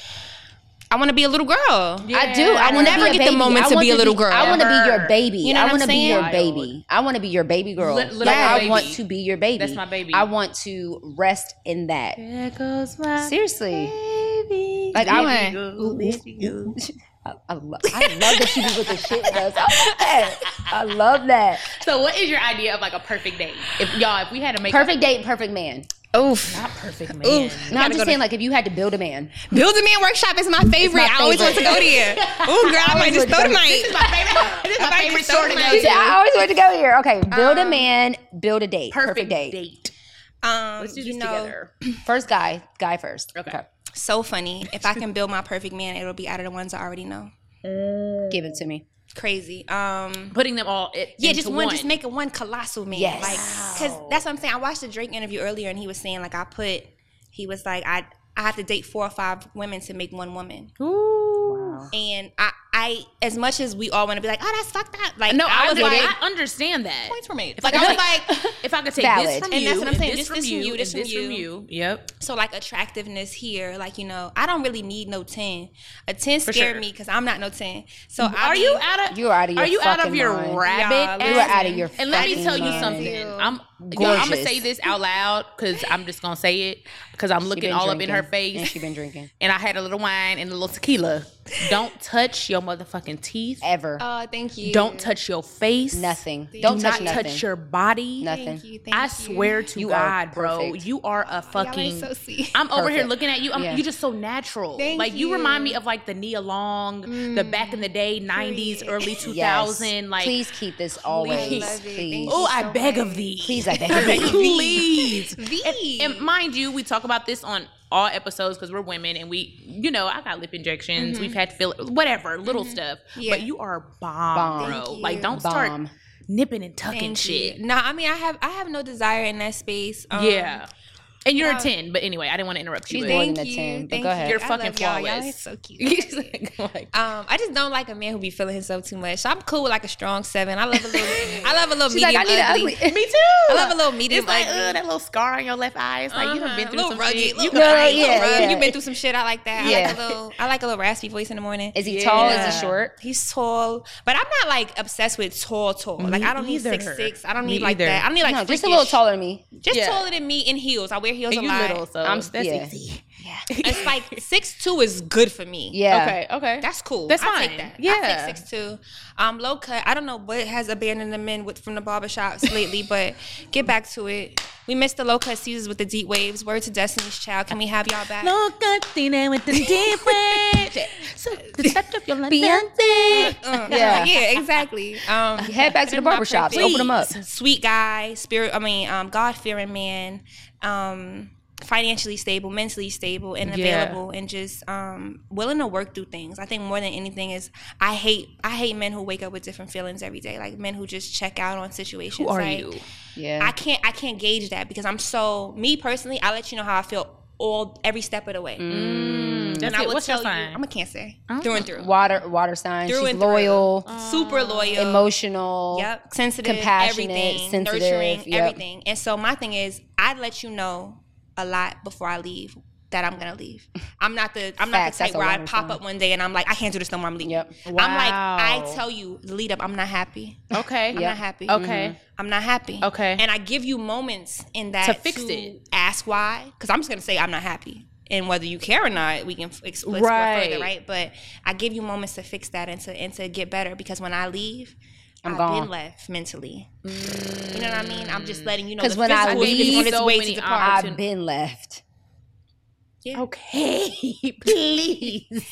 S3: I want to be a little girl
S2: I do. I
S3: I
S2: wanna
S3: never
S2: be a
S3: get the
S2: baby.
S3: moment
S2: I
S3: to
S2: want
S3: be a little girl.
S2: I want to be
S1: Never.
S2: your baby.
S3: You know
S2: I
S3: what I'm
S2: want to be
S3: saying?
S2: your baby. I want to be your baby girl.
S1: Li- little
S2: like I
S1: baby.
S2: want to be your baby.
S1: That's my baby.
S2: I want to rest in that.
S1: There goes my
S2: Seriously.
S1: baby.
S2: Like I,
S3: Come on.
S2: I, I, love, I love that you be with the shit with us. I love that. I love that.
S1: So, what is your idea of like a perfect date? If y'all, if we had to make
S2: Perfect date, perfect man.
S3: Oof.
S1: Perfect man.
S2: No, I'm just saying, like, if you had to build a man,
S3: Build a Man Workshop is my favorite. I always want to go there. Ooh, girl, I might just throw the mic.
S7: My favorite, this is my
S3: might
S7: favorite
S3: just throw
S7: store to
S3: the
S7: go
S3: mic.
S7: to.
S2: yeah, I always wanted to go here. Okay, build a man, build a date, perfect, date.
S3: Um,
S1: Let's do this
S3: you know,
S1: together.
S2: First guy, guy first. Okay,
S3: so funny. If I can build my perfect man, it'll be out of the ones I already know.
S2: give it to me.
S3: Crazy. Um,
S1: Putting them all. It,
S3: Yeah, just
S1: into
S3: one, just make it one colossal man.
S2: Yes.
S3: Like, cause that's what I'm saying. I watched the Drake interview earlier, and he was saying like I put, he was like I I have to date four or five women to make one woman. And I I as much as we all want to be like oh that's fucked up like
S1: No, I,
S3: was
S1: was like,
S3: like
S1: I understand that.
S3: points were made.
S1: If
S3: Like I was like
S1: if I could take this
S2: Valid.
S1: from
S3: And
S1: you,
S3: that's what I'm saying.
S1: This, from you, this, from, you. Yep.
S3: so like attractiveness here like you know I don't really need no ten. A ten scared
S1: sure.
S3: me because I'm not no ten. So
S1: Are
S3: I
S1: you
S3: Mm-hmm. be-
S1: out of?
S2: You are out of your
S1: Are you out of
S2: fucking
S1: your
S2: mind.
S1: rabbit?
S3: Y'all,
S2: You
S1: ass
S2: are out of your.
S1: And let me
S2: fucking
S1: tell you
S2: mind.
S1: something. I'm
S3: Ew.
S1: y'all, I'm gonna
S2: Gorgeous.
S1: say this out loud because I'm just gonna say it because I'm
S2: She
S1: looking
S2: been
S1: all up in her
S2: drinking, and
S1: face.
S2: she been drinking
S1: And I had a little wine and a little tequila. Don't touch your motherfucking teeth.
S2: ever.
S3: Oh thank you.
S1: Don't touch your face.
S2: nothing.
S3: Do
S2: Don't
S1: Do
S2: touch
S1: not
S2: nothing.
S1: touch your body.
S2: Nothing.
S3: Thank you. Thank
S1: I
S3: you.
S1: swear to
S2: You are
S1: God, bro,
S2: perfect.
S1: you are a
S3: Y'all
S1: fucking.
S3: ain't so sweet.
S1: I'm over here
S2: Perfect.
S1: looking at you. I'm,
S2: Yeah.
S1: You're just so natural.
S3: Thank
S1: like you.
S3: you. Mm,
S1: remind me of like the Nia Long, the back in the day '90s, early 2000.
S2: Yes.
S1: Like,
S2: please keep this always.
S1: Please. I
S2: Please,
S1: love
S3: it. Thank
S1: oh,
S3: you
S1: I
S3: so
S1: beg
S3: much.
S1: of thee.
S2: please, I beg of you.
S1: please.
S3: V.
S1: And mind you, we talk about this on all episodes because we're women and we, you know, I got lip injections. We've had fill, whatever, little stuff.
S3: Mm-hmm. Yeah.
S1: But you are bomb,
S2: Bomb.
S1: bro.
S3: Thank
S1: Like,
S3: you.
S1: don't
S2: Bomb.
S1: start nipping and tucking
S3: Thank you.
S1: shit.
S3: No, I mean I have I have no desire in that space. Um,
S1: yeah. And you're
S3: wow.
S1: a 10, but anyway, I didn't want to interrupt you.
S2: She's
S1: but-
S2: more
S3: Thank
S2: than a
S3: you.
S2: 10, but
S3: Thank
S2: go ahead.
S3: you.
S1: You're
S3: I
S1: fucking
S3: love y'all. Y'all
S1: flawless.
S3: is so cute.
S1: He's like, like,
S3: Um, I just don't like a man who be feeling himself too much. So I'm cool with like a strong seven. I love a little. I love a little
S2: She's
S3: medium
S2: like, I need an
S3: ugly.
S2: ugly.
S1: me too.
S3: I love a little medium
S1: It's like,
S3: ugly.
S1: uh, that little scar on your left eye. It's like you done
S3: Uh-huh.
S1: been through
S3: Little
S1: some
S3: rugged,
S1: shit.
S3: little
S1: You
S2: No,
S1: can-
S3: Like,
S2: yeah,
S3: rug.
S2: yeah.
S3: You've been through some shit. I like that. I like a
S2: Yeah.
S3: little. I like a little raspy voice in the morning.
S2: Is he tall? Is
S1: Yeah.
S2: he short?
S3: He's tall, but I'm not like obsessed with tall, tall. Like I don't need
S1: either.
S3: six six. I don't
S1: Me
S3: need like
S1: either.
S3: that. I don't need like
S2: no, just a little
S3: freakish.
S2: taller than me.
S3: just
S1: Yeah.
S3: taller than me in heels. I wear heels
S1: and
S3: a
S1: you
S3: lot.
S1: little, so
S2: I'm-
S1: that's
S2: yeah.
S1: easy.
S3: It's like six two is good for me.
S2: Yeah.
S1: Okay, okay.
S3: That's cool.
S1: That's
S3: I'll
S1: fine.
S3: Take that.
S1: Yeah.
S3: I take six two. Um, low cut. I don't know what has abandoned the men with from the barbershops lately, but get back to it. We missed the low cut seasons with the deep waves. Word to Destiny's Child. Can we have y'all back?
S1: with the different. so the touch of your life.
S2: Beyonce.
S3: Uh,
S2: Yeah.
S3: yeah. yeah, exactly. Um,
S2: Head back to the barbershops. Open them up.
S3: Sweet guy, spirit. I mean, um, God fearing man. Um, financially stable, mentally stable, and
S1: Yeah.
S3: available, and just um, willing to work through things. I think more than anything is I hate I hate men who wake up with different feelings every day, like men who just check out on situations.
S1: Who are
S3: like,
S1: you?
S2: Yeah.
S3: I can't I can't gauge that because I'm so me personally. I let you know how I feel all every step of the way.
S1: That's
S3: And I
S1: it.
S3: will
S1: Mm. What's your
S3: tell you,
S1: sign?
S3: I'm a Cancer
S2: Oh.
S3: through and through.
S2: water water sign.
S3: Through
S2: She's
S3: and through.
S2: loyal,
S3: Super
S1: Uh,
S3: loyal.
S2: emotional.
S3: Yep. Sensitive,
S2: Compassionate,
S3: everything,
S2: sensitive,
S3: nurturing,
S2: yep.
S3: everything. And so my thing is, I let you know a lot before I leave that I'm gonna leave. I'm not the I'm
S2: Facts,
S3: not the
S2: that's
S3: type
S2: a
S3: where I
S2: water
S3: pop
S2: sign.
S3: up one day and I'm like, I can't do this no more. I'm leaving.
S2: Yep.
S3: I'm like, I
S1: Wow.
S3: tell you, the lead up, I'm not happy.
S1: Okay.
S3: I'm not happy. Mm-hmm.
S1: Okay.
S3: I'm not happy.
S1: Okay.
S3: And I give you moments in that
S1: To fix it.
S3: Ask why, because I'm just gonna say I'm not happy, and whether you care or not, we can f- explore, explore
S1: Right.
S3: further, right? But I give you moments to fix that and to and to get better, because when I leave, i
S2: I'm
S3: have
S2: gone. Mm.
S3: been left mentally. You know what I mean? I'm just letting you know.
S2: 'Cause
S3: the
S2: when I
S3: physical is
S2: leave-
S3: on its
S1: so
S3: way
S1: many
S3: to depart.
S2: I've been left.
S1: Okay. Please.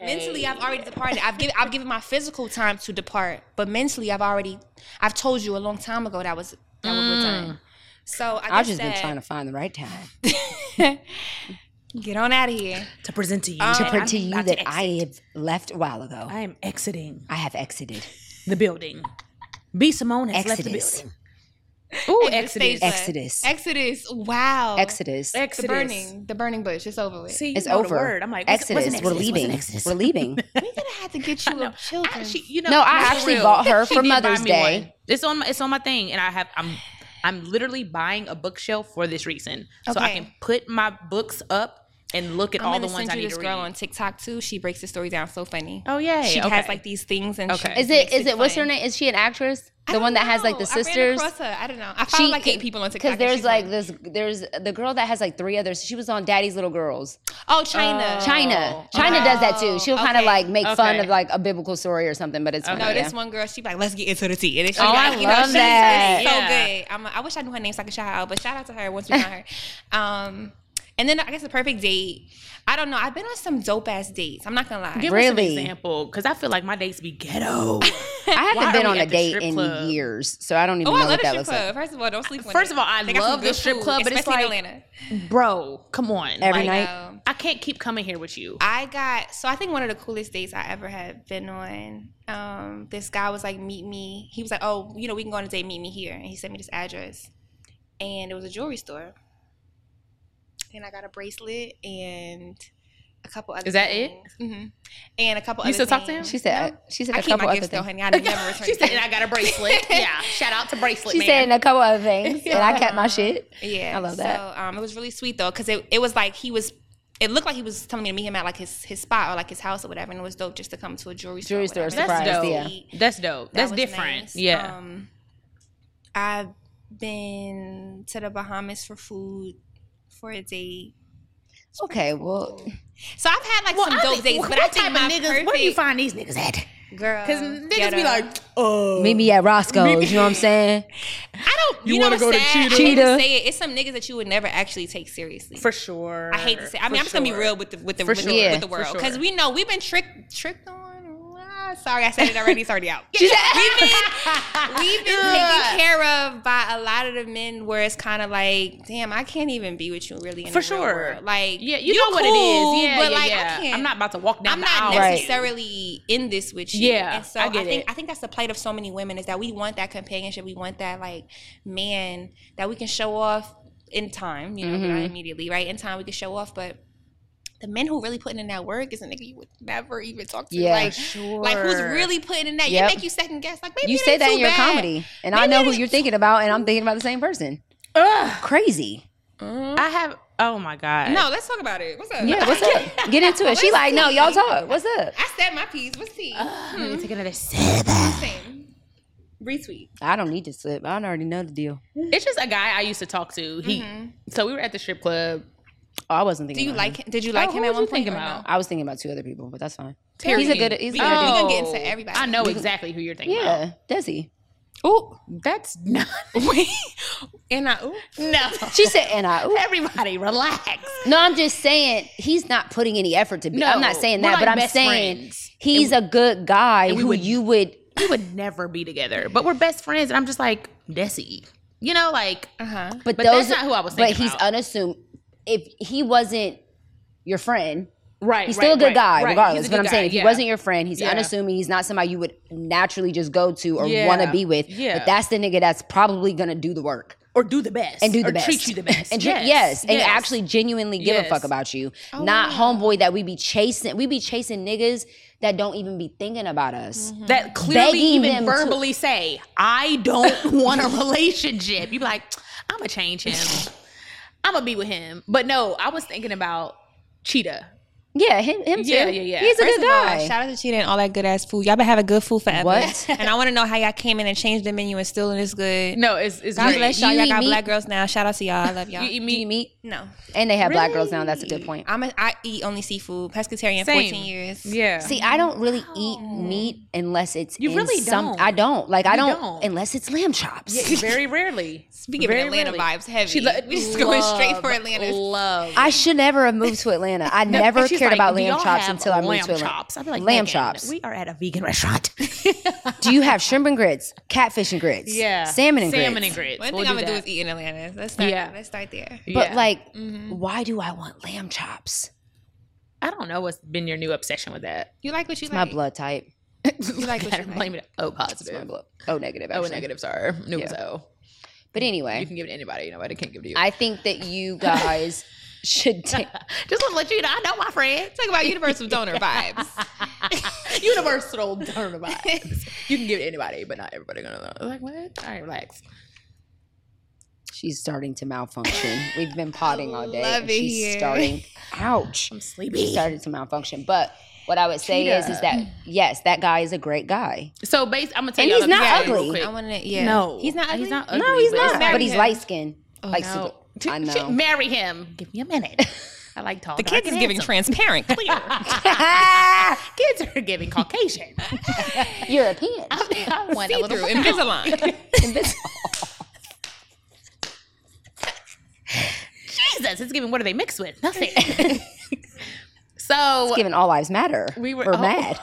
S3: Mentally, I've already departed. I've given I've given my physical time to depart, but mentally, I've already I've told you a long time ago that was that was good time. So I
S2: Mm. I've
S3: guess
S2: just been
S3: that-
S2: trying to find the right time
S3: get on out of here.
S1: to present to you.
S2: to
S1: that
S2: prove
S1: Uh, I'm
S2: to you
S1: about
S2: that
S1: to
S2: I
S1: exit.
S2: have left a while ago.
S1: I am exiting
S2: I have exited.
S1: the building. B. Simone has left
S2: Exodus.
S1: the building. Ooh,
S3: Exodus.
S1: Exodus.
S3: Ex-
S2: Exodus.
S3: Exodus. Wow.
S2: Exodus.
S3: The burning. The burning bush. It's over with.
S1: See, you
S2: It's
S1: know the
S2: over.
S1: word. I'm like, what's-
S2: Exodus.
S1: what's an
S2: We're
S1: Exodus? What's an
S2: leaving.
S1: Exodus?
S2: We're leaving.
S3: We're gonna have to get you a children.
S1: I- she, you know,
S2: No, I
S1: for
S2: actually bought her
S1: She
S2: for
S1: did buy
S2: Mother's
S1: me
S2: Day.
S1: one. It's on my, it's on my thing, and I have I'm I'm literally buying a bookshelf for this reason, so I
S3: Okay.
S1: can put my books up and look at
S3: I'm
S1: all
S3: gonna
S1: the ones
S3: send
S1: I
S3: you
S1: need
S3: this
S1: to read.
S3: girl on TikTok too. She breaks the story down so funny.
S8: Oh yeah,
S3: she has like these things and
S1: Okay.
S3: she
S2: Is it
S3: makes
S2: is it what's her
S3: funny.
S2: name? Is she an actress? The
S3: I don't
S2: one that has like the
S3: know. I ran
S2: sisters.
S3: across her. I don't know. I found like eight people on
S2: Because
S3: TikTok. and
S2: there's
S3: she's
S2: like this, there's the girl that has like three others. She was on Daddy's Little Girls.
S3: oh China,
S2: China, China does that too. She'll kind of
S3: okay.
S2: like make fun
S1: Okay.
S2: of like a biblical story or something, but it's funny.
S3: No,
S2: yeah.
S3: this one girl, she be like, let's get into the tea. And then she
S2: Oh, I
S3: like, you know,
S2: love
S3: she's
S2: that.
S3: just so
S1: Yeah.
S3: good. I'm, I wish I knew her name so I could shout her out, but shout out to her once we find her. Um, and then I guess the perfect date. I don't know. I've been on some dope ass dates. I'm not gonna lie.
S1: Give us
S2: Really?
S1: an example, because I feel like my dates be ghetto.
S2: I
S1: Why
S2: haven't
S1: are
S2: been
S1: we
S2: on a
S1: at the
S2: date
S1: strip
S2: in
S1: club?
S2: years, so I don't even
S3: Oh,
S2: know
S3: I love
S2: what
S3: the
S2: that
S3: strip
S2: looks
S3: club.
S2: like.
S3: First of all, don't sleep. on
S1: First
S3: it.
S1: of all, I
S3: They got some
S1: love
S3: good
S1: the strip
S3: food,
S1: club, but it's
S3: especially
S1: like-
S3: in Atlanta.
S1: Bro, come on.
S2: Every
S1: Like,
S2: night?
S3: Um,
S1: I can't keep coming here with you.
S3: I got so I think one of the coolest dates I ever had been on. Um, this guy was like, "Meet me." He was like, "Oh, you know, we can go on a date. Meet me here." And he sent me this address, and it was a jewelry store. And I got a bracelet and a couple other.
S1: Is that it?
S3: hmm And a couple.
S1: You
S3: other
S1: still talk to him?
S3: things.
S2: She said. She said
S3: I
S2: a
S3: keep
S2: couple
S3: my
S2: other
S3: gifts though,
S2: things.
S3: honey. I never return.
S1: she said, and I got a bracelet. yeah. Shout out to bracelet.
S2: She
S1: man.
S2: said a couple other things, and I kept my shit.
S3: Uh-huh. Yeah,
S2: I love that.
S3: So um, it was really sweet though, because it, it was like he was. It looked like he was telling me to meet him at like his, his spot or like his house or whatever, and it was dope just to come to a jewelry
S2: Jewelry
S3: store. or
S2: store
S3: whatever.
S2: surprise,
S1: That's dope.
S2: yeah.
S1: That's dope.
S3: That
S1: That's
S3: was
S1: different.
S3: nice.
S1: Yeah.
S3: Um, I've been to the Bahamas for food for a date.
S2: Okay, well,
S3: So I've had like some dope dates, but Um, I think my perfect Uh,
S8: Where do you find these niggas at?
S3: girl.
S8: Because niggas be like,
S1: "Oh."
S2: meet me at Roscoe's. You know what I'm saying?
S3: I don't. You, want to go to Cheetah?
S2: Cheetah?
S3: Say it. It's some niggas that you would never actually take seriously.
S1: for sure.
S3: I hate to say. I mean,
S1: For
S3: I'm just gonna be
S1: sure.
S3: real with the with the
S1: For
S3: with,
S1: sure.
S3: the, with the
S1: Yeah,
S3: world
S1: for
S3: because
S1: sure.
S3: we know we've been tricked tricked on. Ah, sorry, I said it already. It's already out. we've been we've been taken care of by a lot of the men where it's kind of like, damn, I can't even be with you really. In
S1: For
S3: the real
S1: sure.
S3: world. like
S1: Yeah, you, know what it is. Yeah,
S3: but
S1: yeah,
S3: like
S1: yeah.
S3: I can't.
S1: I'm not about to walk down
S3: I'm
S1: the
S3: not
S1: aisle.
S2: Right.
S3: necessarily in this with you.
S1: Yeah,
S3: And so I,
S1: I get
S3: think
S1: it.
S3: I think that's the plight of so many women is that we want that companionship. We want that like man that we can show off in time, you know, not
S1: Mm-hmm.
S3: immediately, right? In time we can show off, but the men who really putting in that work is a nigga you would never even talk to.
S2: Yeah.
S3: like, like who's
S1: Sure.
S3: really putting in that?
S2: Yep.
S3: You make you second guess. Like maybe
S2: You
S3: it
S2: say
S3: ain't
S2: that
S3: too
S2: in your
S3: bad.
S2: comedy, and I
S3: Maybe
S2: know
S3: it
S2: who
S3: ain't-
S2: you're thinking about, and I'm thinking about the same person.
S1: Ugh.
S2: Crazy.
S1: I have. Oh my god.
S3: No, let's talk about it. What's up?
S2: Yeah, what's up? Get into it. She like, no, y'all talk. What's up?
S3: I said my piece. What's tea?
S1: Let me take another sip.
S2: Uh-huh.
S3: Same. Retweet.
S2: I don't need to slip. I already know the deal.
S1: It's just a guy I used to talk to. He.
S3: Mm-hmm.
S1: So we were at the strip club.
S2: Oh, I wasn't thinking.
S3: Do you
S2: about
S3: like him? Did you like
S1: Oh,
S3: him
S1: who
S3: at
S1: was
S3: one
S1: you
S3: point?
S1: thinking
S3: or no?
S1: about?
S2: I was thinking about two other people, but that's fine.
S1: Terry.
S2: He's a good. He's a
S3: We
S2: good
S3: gonna-
S2: dude.
S3: we gonna get into everybody.
S1: I know exactly who you're thinking about.
S2: Yeah, Desi.
S1: Oh, that's not.
S3: Wait, and I ooh.
S1: No.
S2: She said, and I. ooh.
S1: Everybody, relax.
S2: No, I'm just saying he's not putting any effort to be. I'm not
S1: No,
S2: saying
S1: we're
S2: that, but
S1: like
S2: I'm
S1: best
S2: saying
S1: friends.
S2: he's a good guy
S1: we
S2: who
S1: would-
S2: you would.
S1: We would never be together, but we're best friends. And I'm just like, Desi. You know, like,
S3: Uh-huh.
S2: But,
S1: But
S2: those,
S1: that's not who I was
S2: But
S1: thinking
S2: he's
S1: about.
S2: unassuming. If he wasn't your friend,
S1: right.
S2: he's
S1: right,
S2: still a good
S1: right,
S2: guy
S1: right. He's
S2: regardless.
S1: a
S2: But
S1: good
S2: I'm saying
S1: guy,
S2: if he
S1: yeah.
S2: wasn't your friend, he's
S1: Yeah.
S2: unassuming. He's not somebody you would naturally just go to or
S1: Yeah.
S2: want to be with.
S1: Yeah.
S2: But that's the nigga that's probably gonna do the work.
S1: or do the best,
S2: and do the
S1: or
S2: best.
S1: treat you the best,
S2: and tre- yes, and actually genuinely give a
S1: Yes. Oh,
S2: fuck about you not homeboy that we be chasing we be chasing niggas that don't even be thinking about us
S1: Mm-hmm. that clearly
S2: begging them
S1: even
S2: to-
S1: verbally say, "I don't want a relationship." You be like, "I'm gonna change him. I'm gonna be with him." But no, I was thinking about Cheetah.
S2: yeah him, him
S1: Yeah,
S2: too
S1: yeah, yeah.
S2: he's a
S3: First
S2: good
S3: of all,
S2: guy
S3: shout out to Cheetah and all that good ass food. Y'all been having good food forever.
S2: What?
S3: And I want to know how y'all came in and changed the menu and still this good.
S1: No, it's it's
S3: God
S1: great.
S3: bless y'all.
S2: You
S3: Y'all
S2: eat
S3: got
S2: meat?
S3: black girls now. Shout out to y'all. I love y'all.
S1: You eat
S2: Do
S1: meat.
S2: you meet
S3: no,
S2: and they have black girls now that's a good point
S3: I'm a, I eat only seafood. Pescatarian,
S1: Same.
S3: 14 years.
S1: Yeah.
S2: See, I don't really eat meat unless it's
S1: You
S2: in
S1: really
S2: some.
S1: don't.
S2: I don't like. I
S1: You
S2: don't,
S1: don't.
S2: unless it's lamb chops.
S1: Yeah, very rarely.
S3: We giving
S1: Very
S3: Atlanta
S1: rarely.
S3: vibes heavy.
S1: She lo-
S3: we just going straight for
S1: love,
S3: Atlanta.
S1: Love.
S2: I should never have moved to Atlanta. I never
S1: And she's
S2: cared
S1: like,
S2: about
S1: "Do
S2: lamb
S1: y'all
S2: chops
S1: have
S2: until I moved
S1: lamb
S2: to Atlanta.
S1: Chops. I'd be like,
S2: lamb
S1: "Megan,
S2: chops.
S1: We are at a vegan restaurant.
S2: Do you have shrimp and grits, catfish and grits,
S1: yeah,
S2: salmon and
S1: salmon
S2: grits,
S1: and grits.
S3: One thing
S1: We'll
S3: I'm gonna do
S1: that.
S3: is eat in Atlanta. Let's start.
S1: Yeah.
S3: Let's start there.
S2: But
S1: Yeah. Mm-hmm.
S2: like, why do I want lamb chops?
S1: I don't know what's been your new obsession with that.
S3: You like what you
S2: My
S3: like.
S2: blood type.
S1: You
S3: like what you like.
S1: blame it. Oh,
S2: It's my
S1: positive.
S2: blood. Oh, negative.
S1: Oh,
S2: Actually.
S1: negatives are new as O.
S2: But
S1: You
S2: anyway,
S1: can give it to anybody. Nobody can give it to you.
S2: I think that you guys should take.
S1: just want to let you know. I know my friend.
S3: Talk about universal donor vibes.
S1: Universal turn of eyes. You can give it to anybody, but not everybody gonna know. Like what? All right, relax.
S2: She's starting to malfunction. We've been potting all day.
S3: love
S2: and
S3: it
S2: she's
S3: here.
S2: starting. Ouch. I'm sleepy. She started to malfunction. But what I would say is, is that yes, that guy is a great guy.
S1: So, base, I'm gonna tell
S2: And
S1: you
S2: he's not ugly.
S3: I want to. Yeah.
S1: No,
S3: He's not ugly?
S1: He's not ugly.
S2: no, he's
S1: but
S2: not.
S1: it's
S2: but he's light skinned. like
S1: no.
S2: super, I know.
S1: Shit, marry him. Give me a minute. I like tall.
S9: The
S1: dark,
S9: kids
S1: and
S9: is giving
S1: handsome.
S9: transparent.
S2: Ah,
S1: Kids are giving Caucasian.
S2: European.
S1: I want a
S9: See through
S1: little.
S9: Invisalign.
S1: Jesus, it's giving. What are they mixed with? Nothing. so
S2: Given all lives matter,
S1: We
S2: we were,
S1: were-
S2: are
S1: oh.
S2: mad.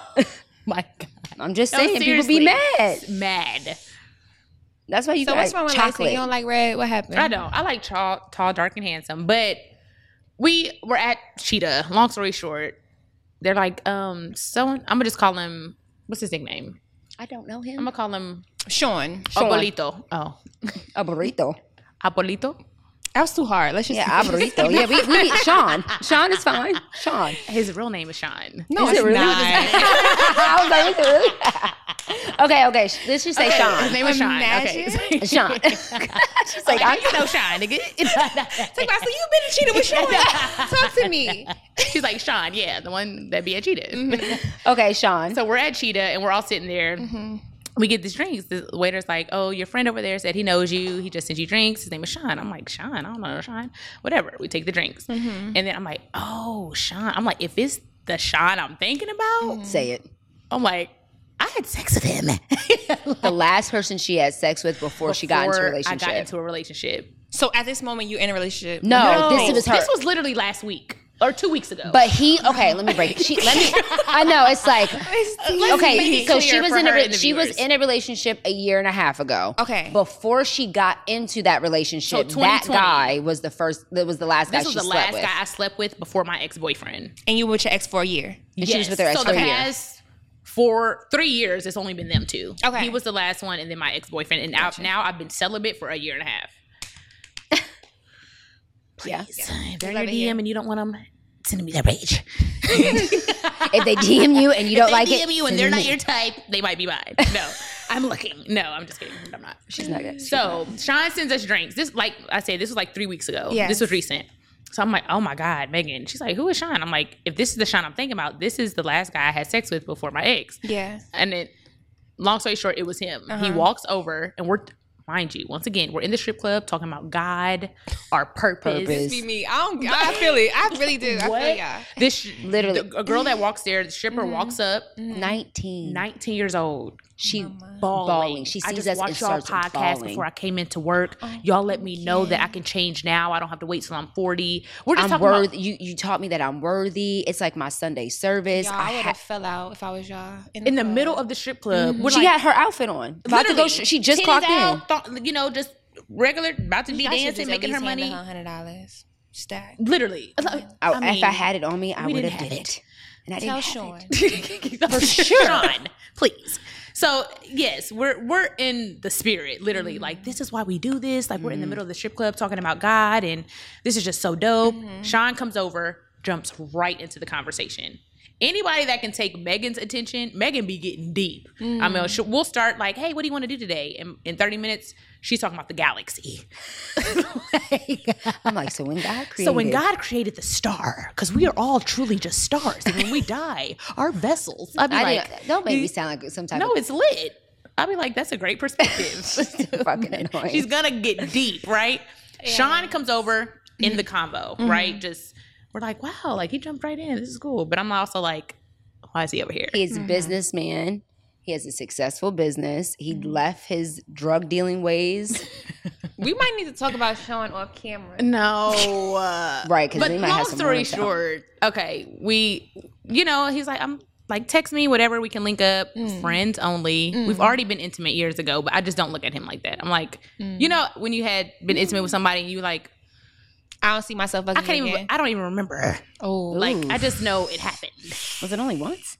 S1: my God,
S2: I'm just
S1: No,
S2: saying, people be
S1: seriously.
S2: mad.
S1: mad.
S2: That's why you
S3: So
S2: got
S3: what's wrong with light skin?
S2: chocolate.
S3: You don't like red? What happened?
S1: I don't. I like tall, tall, dark, and handsome. But we were at Cheetah. Long story short, they're like, um, so I'm gonna just call him. What's his nickname?
S2: I don't know
S1: I'm
S2: him.
S1: gonna call him
S3: Sean.
S1: Apolito. Oh,
S2: A burrito.
S1: Apolito.
S3: That was too hard. Let's just.
S2: Yeah, a burrito. yeah, we, we Sean. Sean is fine. Sean.
S1: His real name is Sean.
S3: no,
S2: Is it
S3: it's
S2: really?
S3: not.
S2: I was like, is it really? okay, okay. sh- Let's just say
S1: His
S2: Sean.
S1: name was Sean.
S3: Imagine.
S1: Okay.
S2: Sean. She's like, I,
S1: You know Sean, nigga.
S3: Like, I said, you've been cheating with Sean. Talk to me.
S1: She's like, Sean, yeah, the one that be at Cheetah.
S2: okay, Sean.
S1: So we're at Cheetah and we're all sitting there.
S2: Mm-hmm.
S1: We get these drinks. The waiter's like, "Oh, your friend over there said he knows you. He just sent you drinks. His name is Sean." I'm like, "Sean, I don't know Sean. Whatever." We take the drinks,
S2: Mm-hmm.
S1: and then I'm like, "Oh, Sean." I'm like, "If it's the Sean I'm thinking about,
S2: say it.
S1: I'm like, I had sex with him."
S2: The last person she had sex with before, she got into a
S1: Before
S2: relationship.
S1: I got into a relationship. Oh,
S3: So at this moment, you're in a relationship.
S2: no, this was her.
S1: This was literally last week or two weeks ago.
S2: but he okay. Let me break. It. She let me. I know it's like
S3: Uh,
S2: okay.
S1: make it
S2: So she
S1: clear
S2: was
S1: for
S2: in a
S1: her
S2: re-
S1: and the
S2: she was
S1: viewers.
S2: in a relationship a year and a half ago.
S3: Okay.
S2: Before she got into that relationship,
S1: So
S2: that
S1: 2020.
S2: guy was the first. That was the last guy
S1: this was
S2: she
S1: the last
S2: slept with.
S1: guy I slept with before my ex boyfriend.
S3: And you with your ex for a year.
S2: And she was
S1: Yes.
S2: with her ex
S1: so
S2: for a
S1: the
S2: year.
S1: past for three years, it's only been them two.
S3: Okay.
S1: he was the last one, and then my ex boyfriend, and out now I've been celibate for a year and a half.
S2: Yeah.
S1: If they're in your DM and you don't want them, send me their page.
S2: If they DM you and you don't
S1: They
S2: like
S1: DM
S2: it,
S1: you and
S2: send
S1: they're
S2: it
S1: not
S2: me.
S1: your type, they might be mine. No, I'm looking. No, I'm just kidding. I'm not.
S2: She's not good.
S1: So Sean sends us drinks. This, like I said, this was like three weeks ago.
S3: Yeah.
S1: This was recent. So I'm like, oh my God, Megan. She's like, who is Sean? I'm like, if this is the Sean I'm thinking about, this is the last guy I had sex with before my ex.
S3: Yeah.
S1: And then, long story short, it was him. He walks over, and we're, mind you, once again, we're in the strip club talking about God, our purpose.
S2: Purpose.
S3: Be me. I don't. I feel it. I really do. I feel y'all.
S1: This
S2: Literally.
S1: literally a girl that walks there. The stripper walks up,
S2: Mm-hmm. 19.
S1: 19 years old,
S2: She
S1: bawling.
S2: bawling. She
S1: I
S2: sees
S1: just
S2: us and
S1: watched y'all
S2: starts
S1: podcast
S2: bawling.
S1: before I came into work. y'all let me know that I can change now. I don't have to wait till I'm 40. We're just
S2: I'm
S1: talking
S2: worthy.
S1: about.
S2: you you taught me that I'm worthy. It's like my Sunday service.
S3: Y'all, I
S2: I
S3: would
S2: ha-
S3: have fell out if I was y'all.
S1: In the
S3: club.
S1: middle of the strip club, we're
S2: she
S1: like,
S2: had her outfit on. About to go.
S1: literally,
S2: sh- She just
S1: titties
S2: clocked in. Oh,
S1: out, thought- you know, just regular, about to be
S3: I should've
S1: dancing,
S3: just at
S1: making her
S3: least handed
S1: money.
S3: her Hundred dollars stack.
S1: Literally, I was like,
S2: Oh, I,
S1: I
S2: if I
S1: mean,
S2: had it on me, I
S1: we
S2: would
S1: didn't
S2: have did
S1: have
S2: it.
S1: it.
S2: And I
S3: Tell
S2: didn't have
S3: Sean.
S2: it.
S1: for sure. Sean, please. So yes, we're we're in the spirit, literally. Like this is why we do this. Like we're in the middle of the strip club talking about God, and this is just so dope. Sean comes over, jumps right into the conversation. Anybody that can take Megan's attention, Megan be getting deep. I mean, she- we'll start like, "Hey, what do you want to do today?" And in thirty minutes, she's talking about the galaxy.
S2: I'm like, so when God created,
S1: So when God created the star, because we are all truly just stars, and when we die, our vessels. I'd be
S2: I
S1: like,
S2: didn't- don't make me sound like some type
S1: no,
S2: of
S1: it's lit. I'll be like, that's a great perspective.
S2: fucking annoying.
S1: She's gonna get deep, right? Sean comes over in the combo, right? Just we're like, wow, like he jumped right in. This is cool. But I'm also like, why is he over here?
S2: He's a businessman. He has a successful business. He
S1: Mm-hmm.
S2: left his drug dealing ways,
S3: We might need to talk about Sean off camera.
S1: No. Uh,
S2: right? Because
S1: but
S2: he might
S1: long
S2: have some more
S1: story
S2: himself.
S1: short, okay, we, you know, he's like, I'm like, text me, whatever, we can link up, friends only. We've already been intimate years ago, but I just don't look at him like that. I'm like, you know, when you had been intimate with somebody and you like,
S3: I don't see myself.
S1: I can't even, I don't even remember.
S3: Oh,
S1: Like I just know it happened.
S2: was it only once?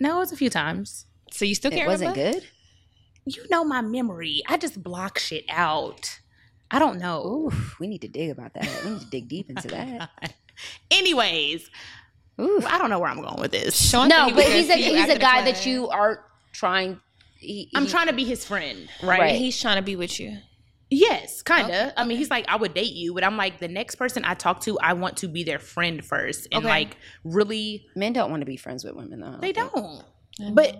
S1: No, it was a few times.
S3: so you still
S2: It
S3: can't
S2: wasn't
S3: remember?
S2: good.
S1: You know my memory. I just block shit out. I don't know.
S2: Oof, we need to dig about that. We need to dig deep into that.
S1: Anyways,
S2: Oof.
S1: I don't know where I'm going with this.
S3: Sean thought
S2: No,
S3: he
S2: but
S3: was
S2: he's a
S3: gonna see you
S2: he's
S3: after
S2: a
S3: the
S2: guy
S3: club.
S2: that you are trying. He,
S1: I'm
S2: he-
S1: trying to be his friend,
S2: Right.
S1: right?
S3: He's trying to be with you.
S1: Yes, kind of. I mean, he's like, I would date you, but I'm like, the next person I talk to, I want to be their friend first, and
S3: Okay.
S1: like really,
S2: Men don't want to be friends with women though.
S1: they don't.
S3: Mm-hmm.
S1: But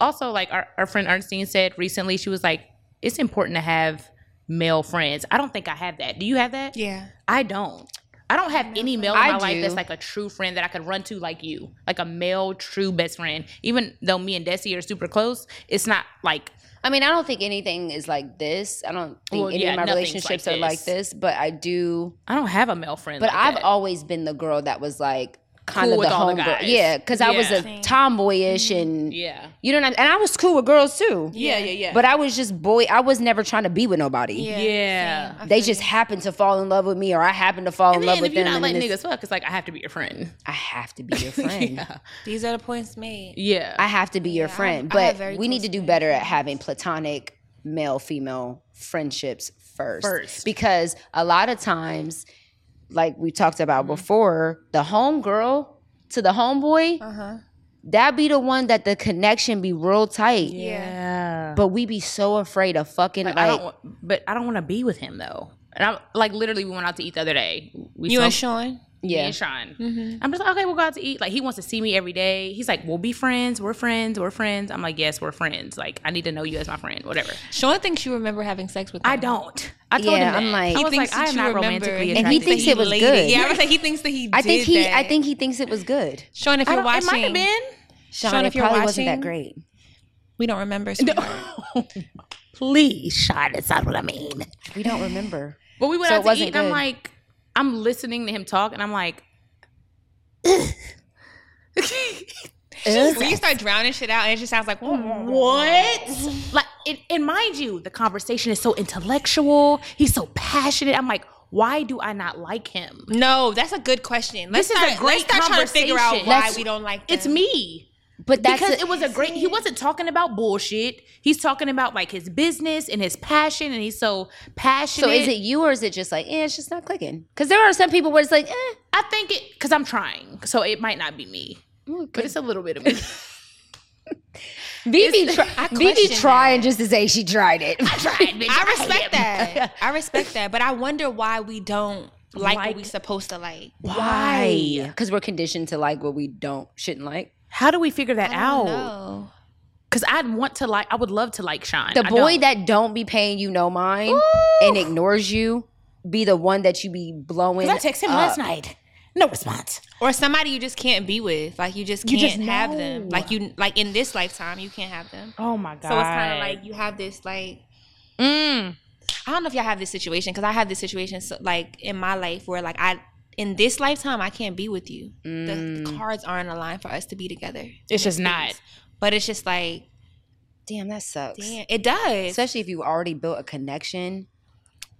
S1: also, like our, our friend Ernestine said recently, she was like, it's important to have male friends. I don't think I have that. Do you have that?
S3: Yeah.
S1: I don't. I don't have any male in
S2: I
S1: my life that's
S2: do.
S1: like a true friend that I could run to like you, like a male true best friend. Even though me and Desi are super close, it's not like
S2: I mean, I don't think anything is like this. I don't think
S1: Well,
S2: any
S1: yeah,
S2: of my
S1: nothing's
S2: relationships
S1: like
S2: are like
S1: this.
S2: this, but I do.
S1: I don't have a male friend.
S2: But
S1: like
S2: I've
S1: that.
S2: always been the girl that was like kind
S1: Cool
S2: of
S1: with
S2: the
S1: all the
S2: homegirl.
S1: guys.
S2: Yeah, because I was
S1: Yeah. Mm-hmm.
S2: a tomboyish and
S1: yeah,
S2: you know, what I mean? and I was cool with girls too.
S1: yeah, yeah, yeah.
S2: But I was just boy. I was never trying to be with nobody.
S3: Yeah.
S1: Yeah.
S3: same. I
S2: They
S3: feel
S2: just
S3: you.
S2: happened to fall in love with me, or I happened to fall
S1: and
S2: in love
S1: then
S2: with
S1: if you're
S2: them.
S1: not
S2: and then
S1: letting
S2: it's-
S1: niggas fuck, it's like I have to be your friend.
S2: I have to be your friend.
S1: Yeah,
S3: These are the points made.
S1: yeah.
S2: I have to be your
S3: Yeah, I
S2: friend.
S3: have- I have
S2: but
S3: very
S2: we need to
S3: close
S2: do better at having platonic male female friendships first.
S1: First.
S2: Because a lot of times, like we talked about before, the home girl to the homeboy,
S3: Uh
S1: Uh-huh.
S3: huh.
S2: that be the one that the connection be real tight.
S3: Yeah.
S2: But we be so afraid of fucking like,
S1: I don't, wa- but I don't want to be with him though. And I like literally, we went out to eat the other day. We
S3: You
S1: smoked-
S3: and Sean.
S1: yeah.
S2: yeah.
S1: and Sean. I'm just like, okay, we'll go out to eat. Like he wants to see me every day. He's like, we'll be friends. We're friends. We're friends. I'm like, yes, we're friends. Like I need to know you as my friend. Whatever.
S3: Sean thinks you remember having sex with.
S1: I
S3: him.
S1: don't. I told
S2: Yeah,
S1: him that.
S2: I'm like-
S1: I
S2: He
S1: was
S3: thinks
S1: like, I
S3: that
S1: am
S3: you
S1: not
S3: remember.
S1: romantically
S3: And
S1: attracted.
S2: And he thinks
S1: to
S2: it
S1: you.
S2: was good.
S3: Yeah, I was like, he thinks that he.
S2: I think
S3: did
S2: he
S3: That.
S2: I think he thinks it was good.
S3: Sean, if
S1: I
S3: you're
S1: don't- It
S3: watching,
S1: might have been.
S2: Sean,
S3: Sean,
S2: it
S3: if you're
S2: probably wasn't that
S3: watching-
S2: great.
S3: we don't remember. sweetheart.
S1: Please, Sean. That's not what I mean.
S2: We don't remember.
S1: But we went
S2: So it
S1: out to
S2: wasn't
S1: eat, and I'm
S2: good.
S1: like, I'm listening to him talk, and I'm like,
S3: When you start drowning shit out, it just sounds like
S1: Mm. what? Like, and, and mind you, the conversation is so intellectual. He's so passionate. I'm like, why do I not like him?
S3: No, that's a good question. Let's
S1: This is a
S3: start,
S1: great
S3: let's start trying to figure out why
S1: conversation.
S2: Let's-
S3: we don't like them.
S1: It's me.
S2: But that's
S1: because
S2: a-
S1: it was a great he wasn't talking about bullshit he's talking about like his business and his passion and he's so passionate
S2: So is it you or is it just like, eh, it's just not clicking? Because there are some people where it's like, eh,
S1: i think it because i'm trying so it might not be me but it's a little bit of me
S2: Vivi, try, Vivi
S3: question
S2: trying just to say she tried it.
S3: I respect that. I respect that, but I wonder why we don't like, what we supposed to like.
S2: Why? Because we're conditioned to like what we don't shouldn't like.
S1: how do we figure that out
S3: No.
S1: because i'd want to like i would love to like sean
S2: The
S1: I
S2: boy
S1: don't.
S2: that don't be paying you no mind and ignores you be the one that you be blowing.
S1: i texted him last night no response
S3: Or somebody you just can't be with. Like you just can't
S1: just
S3: have
S1: know.
S3: them. Like you like in this lifetime you can't have them.
S1: oh my god
S3: So it's kind of like you have this like
S1: mm.
S3: I don't know if y'all have this situation because I have this situation so, like in my life where like I in this lifetime I can't be with you. The, the cards aren't aligned for us to be together.
S1: it's just not
S3: But it's just like
S2: Damn, that sucks.
S3: damn, it does.
S2: Especially if you already built a connection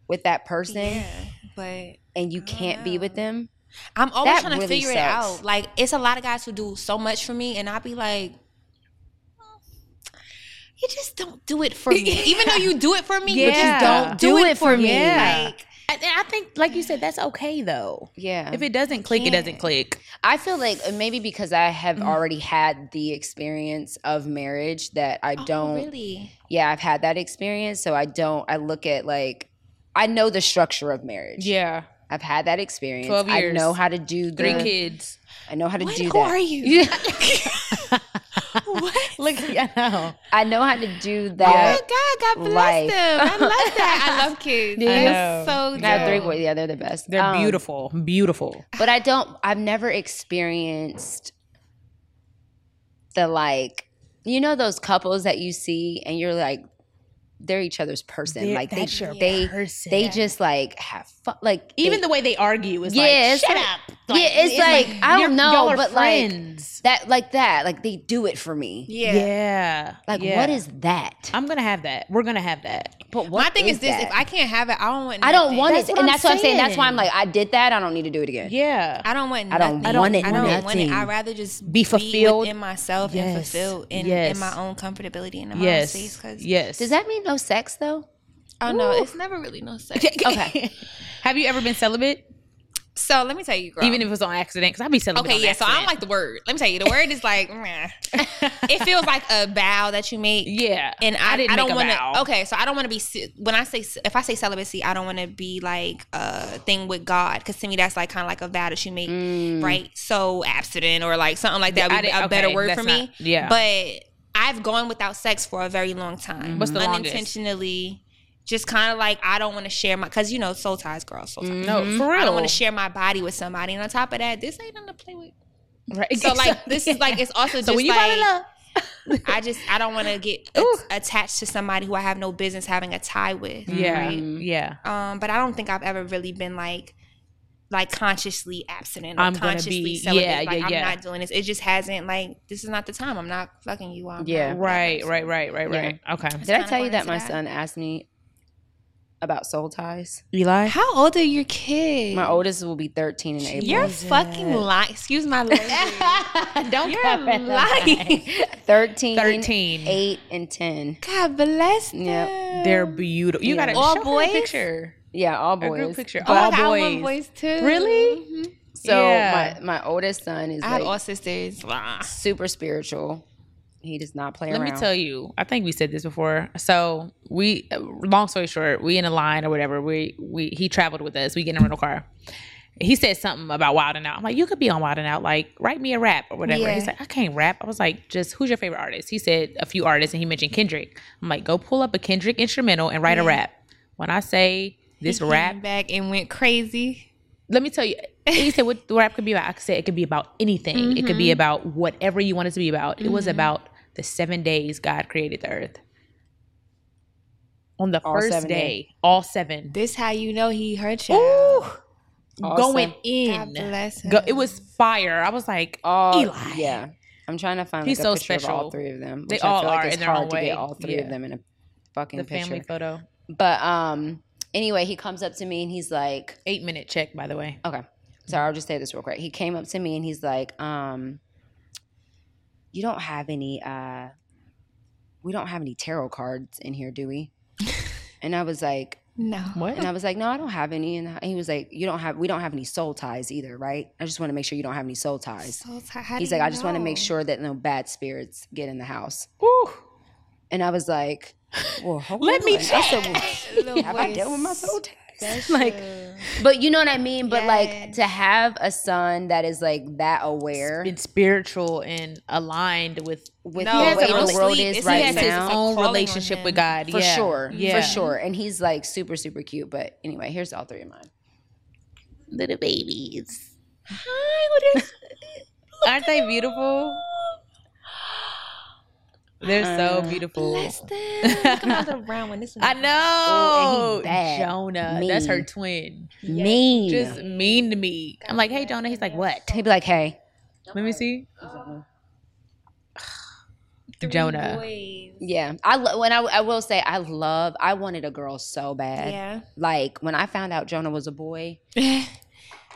S2: with that person
S3: yeah, but
S2: and you can't be with them.
S3: I'm always
S2: That
S3: trying to
S2: really
S3: figure
S2: sucks.
S3: it out. Like it's a lot of guys who do so much for me, and I'll be like, you just don't do it for me. Even though you do it for me,
S2: Yeah.
S3: but you don't do, it, for me.
S2: Yeah.
S3: Like
S1: and and i think like you said that's okay though
S2: Yeah.
S1: if it doesn't click it doesn't click
S2: I feel like uh, maybe because I have already had the experience of marriage that I Oh, don't.
S3: really.
S2: Yeah, I've had that experience, so I don't. I look at like I know the structure of marriage.
S1: yeah
S2: I've had that experience.
S1: 12
S2: I
S1: years.
S2: know how to do the,
S1: three kids
S2: I know how to
S3: What?
S2: do
S3: Who
S2: that.
S3: are you?
S1: Look, I know.
S2: I know how to do
S3: Oh
S2: that.
S3: my God, God bless
S2: Life.
S3: them. I love that. I love kids.
S1: Yeah.
S3: That's so
S2: I have three
S3: dope.
S2: boys. Yeah, they're the best.
S1: They're
S2: Um,
S1: beautiful, beautiful.
S2: But I don't. I've never experienced the like. You know those couples that you see, and you're like, they're each other's person. like they,
S1: that's your
S2: they,
S1: person.
S2: they just like have fun. Like
S1: Even
S2: they-
S1: the way they argue is
S2: Yeah,
S1: like,
S2: it's
S1: shut
S2: like-
S1: up.
S2: yeah, it's, like, I
S1: you're-
S2: don't
S1: y'all
S2: know,
S1: are
S2: but
S1: friends.
S2: like that, like that, like they do it for me.
S3: Yeah.
S1: yeah.
S2: Like
S1: yeah.
S2: what is that?
S1: I'm gonna have that. We're gonna have that.
S2: But what
S3: My thing is, this:
S2: that?
S3: if I can't have it, I don't want.
S2: I don't
S3: nothing.
S2: want
S1: That's
S2: it,
S1: what
S2: and
S1: I'm
S2: that's what I'm saying. That's why I'm
S1: saying.
S2: like, I did that. I don't need to do it again.
S1: Yeah.
S3: I don't want.
S2: I don't
S3: nothing.
S2: want it,
S3: I don't want
S2: nothing.
S3: it. I'd rather just
S1: Be fulfilled.
S3: within myself
S1: Yes.
S3: and fulfilled in,
S1: Yes.
S3: in my own comfortability and in my
S1: yes.
S3: own space. Cause
S1: yes.
S2: Does that mean no sex though?
S3: oh no, it's never really no sex.
S1: okay? have you ever been celibate?
S3: So let me tell you, girl.
S1: Even if it was on accident, because I'd be selling.
S3: Okay, yeah. So I don't like the word. Let me tell you, the word is like, meh. it feels like a vow that you make.
S1: Yeah,
S3: And I,
S1: I didn't
S3: I don't
S1: make a
S3: want
S1: vow.
S3: to. Okay, so I don't want to be. ce- When I say ce- if I say celibacy, I don't want to be like a thing with God, because to me that's like kind of like a vow that you make,
S1: Mm.
S3: right? So abstinent or like something like that
S1: Mm-hmm. I
S3: would be
S1: didn't-
S3: a better
S1: okay,
S3: word
S1: that's
S3: for
S1: not-
S3: me.
S1: yeah.
S3: but I've gone without sex for a very long time.
S1: What's the longest?
S3: unintentionally? Just kind of like I don't want to share my, cause you know soul ties, girl, soul ties.
S1: no for real.
S3: I don't want to share my body with somebody, and on top of that, this ain't nothing to play with.
S1: Right.
S3: So like this is like it's also just
S1: so when you fall in
S3: like
S1: love,
S3: I just I don't want to get a-
S1: Ooh.
S3: attached to somebody who I have no business having a tie with.
S1: yeah,
S3: right?
S1: yeah.
S3: Um, but I don't think I've ever really been like like consciously abstinent or
S1: I'm gonna
S3: consciously
S1: be-
S3: celibate.
S1: yeah,
S3: like
S1: yeah,
S3: I'm
S1: yeah.
S3: not doing this. It just hasn't like this is not the time. I'm not fucking you. I'm
S2: Yeah.
S3: not-
S1: Right, right, right, right, right. Okay.
S2: Did I
S3: kinda
S2: tell you
S3: going
S2: that
S3: into
S2: my
S3: that.
S2: son asked me about soul ties?
S1: Eli.
S3: How old are your kids?
S2: My oldest will be 13 in April.
S3: You're fucking lying. Excuse my language.
S1: don't
S3: You're
S1: come at us.
S3: lying.
S2: 13,
S1: 13.
S2: 8, and 10.
S3: God bless them.
S2: Yep.
S1: They're beautiful. You
S2: Yeah.
S1: got to
S3: All
S1: show her
S3: boys?
S1: a picture.
S2: Yeah, all
S1: A group
S2: boys.
S1: picture.
S3: Oh,
S1: All
S3: my God, I want
S1: boys.
S3: boys
S1: Mm-hmm.
S3: too.
S1: Really?
S3: Mhm.
S2: So
S1: Yeah.
S2: my, my oldest son is
S3: I have
S2: like
S3: all sisters.
S2: super spiritual. He does not play
S1: Let
S2: around.
S1: me tell you. I think we said this before. So we, long story short, we in a line or whatever. We we he traveled with us. We get in a rental car. He said something about Wild and Out. I'm like, you could be on Wild and Out. Like, write me a rap or whatever.
S3: Yeah.
S1: He's like, I can't rap. I was like, just who's your favorite artist? He said a few artists, and he mentioned Kendrick. I'm like, go pull up a Kendrick instrumental and write a rap. When I say this rap,
S3: back and went crazy.
S1: let me tell you. He said what the rap could be about. I could say it could be about anything. It could be
S2: Mm-hmm.
S1: about whatever you want it to be about. It was about the seven days God created the earth. On the
S2: All
S1: first
S2: seven
S1: day,
S2: days.
S1: all seven.
S3: This how you know he hurt you.
S1: Ooh,
S2: All
S1: going
S2: seven-
S1: in.
S3: God bless him.
S1: Go, it was fire. I was like, oh,
S2: all,
S1: Eli.
S2: Uh, Yeah. I'm trying to find like,
S1: He's
S2: a
S1: so
S2: picture of all
S1: special.
S2: three of them.
S1: They
S2: which I
S1: all
S2: feel like
S1: are
S2: it's
S1: in their own
S2: hard to
S1: way.
S2: get all three
S1: Yeah.
S2: of them in a fucking
S1: the
S2: picture.
S1: family photo.
S2: But um anyway, he comes up to me and he's like,
S1: Eight minute check, by the way.
S2: Okay. Sorry, I'll just say this real quick. He came up to me and he's like, um, you don't have any uh we don't have any tarot cards in here, do we? and I was like,
S3: No.
S2: and
S1: What?
S2: I was like, no, I don't have any. And he was like, you don't have, we don't have any soul ties either, right? I just want to make sure you don't have any soul ties.
S3: So ti- how do
S2: He's
S3: you
S2: like, I just want to make
S3: know?
S2: sure that no bad spirits get in the house.
S1: Ooh,
S2: And I was like, well, hold
S1: Let
S2: on.
S1: me
S2: I said, well,
S3: Little
S2: have I
S3: boy
S2: dealt with my
S3: is
S2: soul ties?
S3: special.
S1: Like,
S2: But you know what I mean? But like
S3: Yes.
S2: to have a son that is like that aware
S1: it's spiritual and aligned with
S2: with
S3: No,
S2: the
S1: he has
S2: way
S1: a
S2: the
S1: rel-
S2: world
S3: sleep.
S2: is
S3: It's-
S1: he
S2: right
S1: has
S3: it's
S1: his
S2: now.
S3: like
S1: own
S3: calling on
S1: relationship
S3: him.
S1: with God.
S2: for
S1: yeah.
S2: sure.
S1: Yeah.
S2: For sure. And he's like super, super cute. But anyway, here's all three of mine.
S1: little babies. Aren't they beautiful? They're
S3: Uh,
S1: so beautiful.
S3: Bless them. Come on, the brown one. This one.
S1: I
S2: Oh,
S1: know.
S2: and he bad.
S1: Jonah. That's her
S2: Mean.
S1: twin.
S2: Mean.
S1: Just mean to me. I'm like, hey, Jonah. He's like, what?
S2: He'd be like, hey.
S1: Let me see.
S3: Three
S1: Jonah.
S3: boys.
S2: Yeah, I lo- when I, I will say I love I wanted a girl so bad.
S3: Yeah.
S2: Like when I found out Jonah was a boy,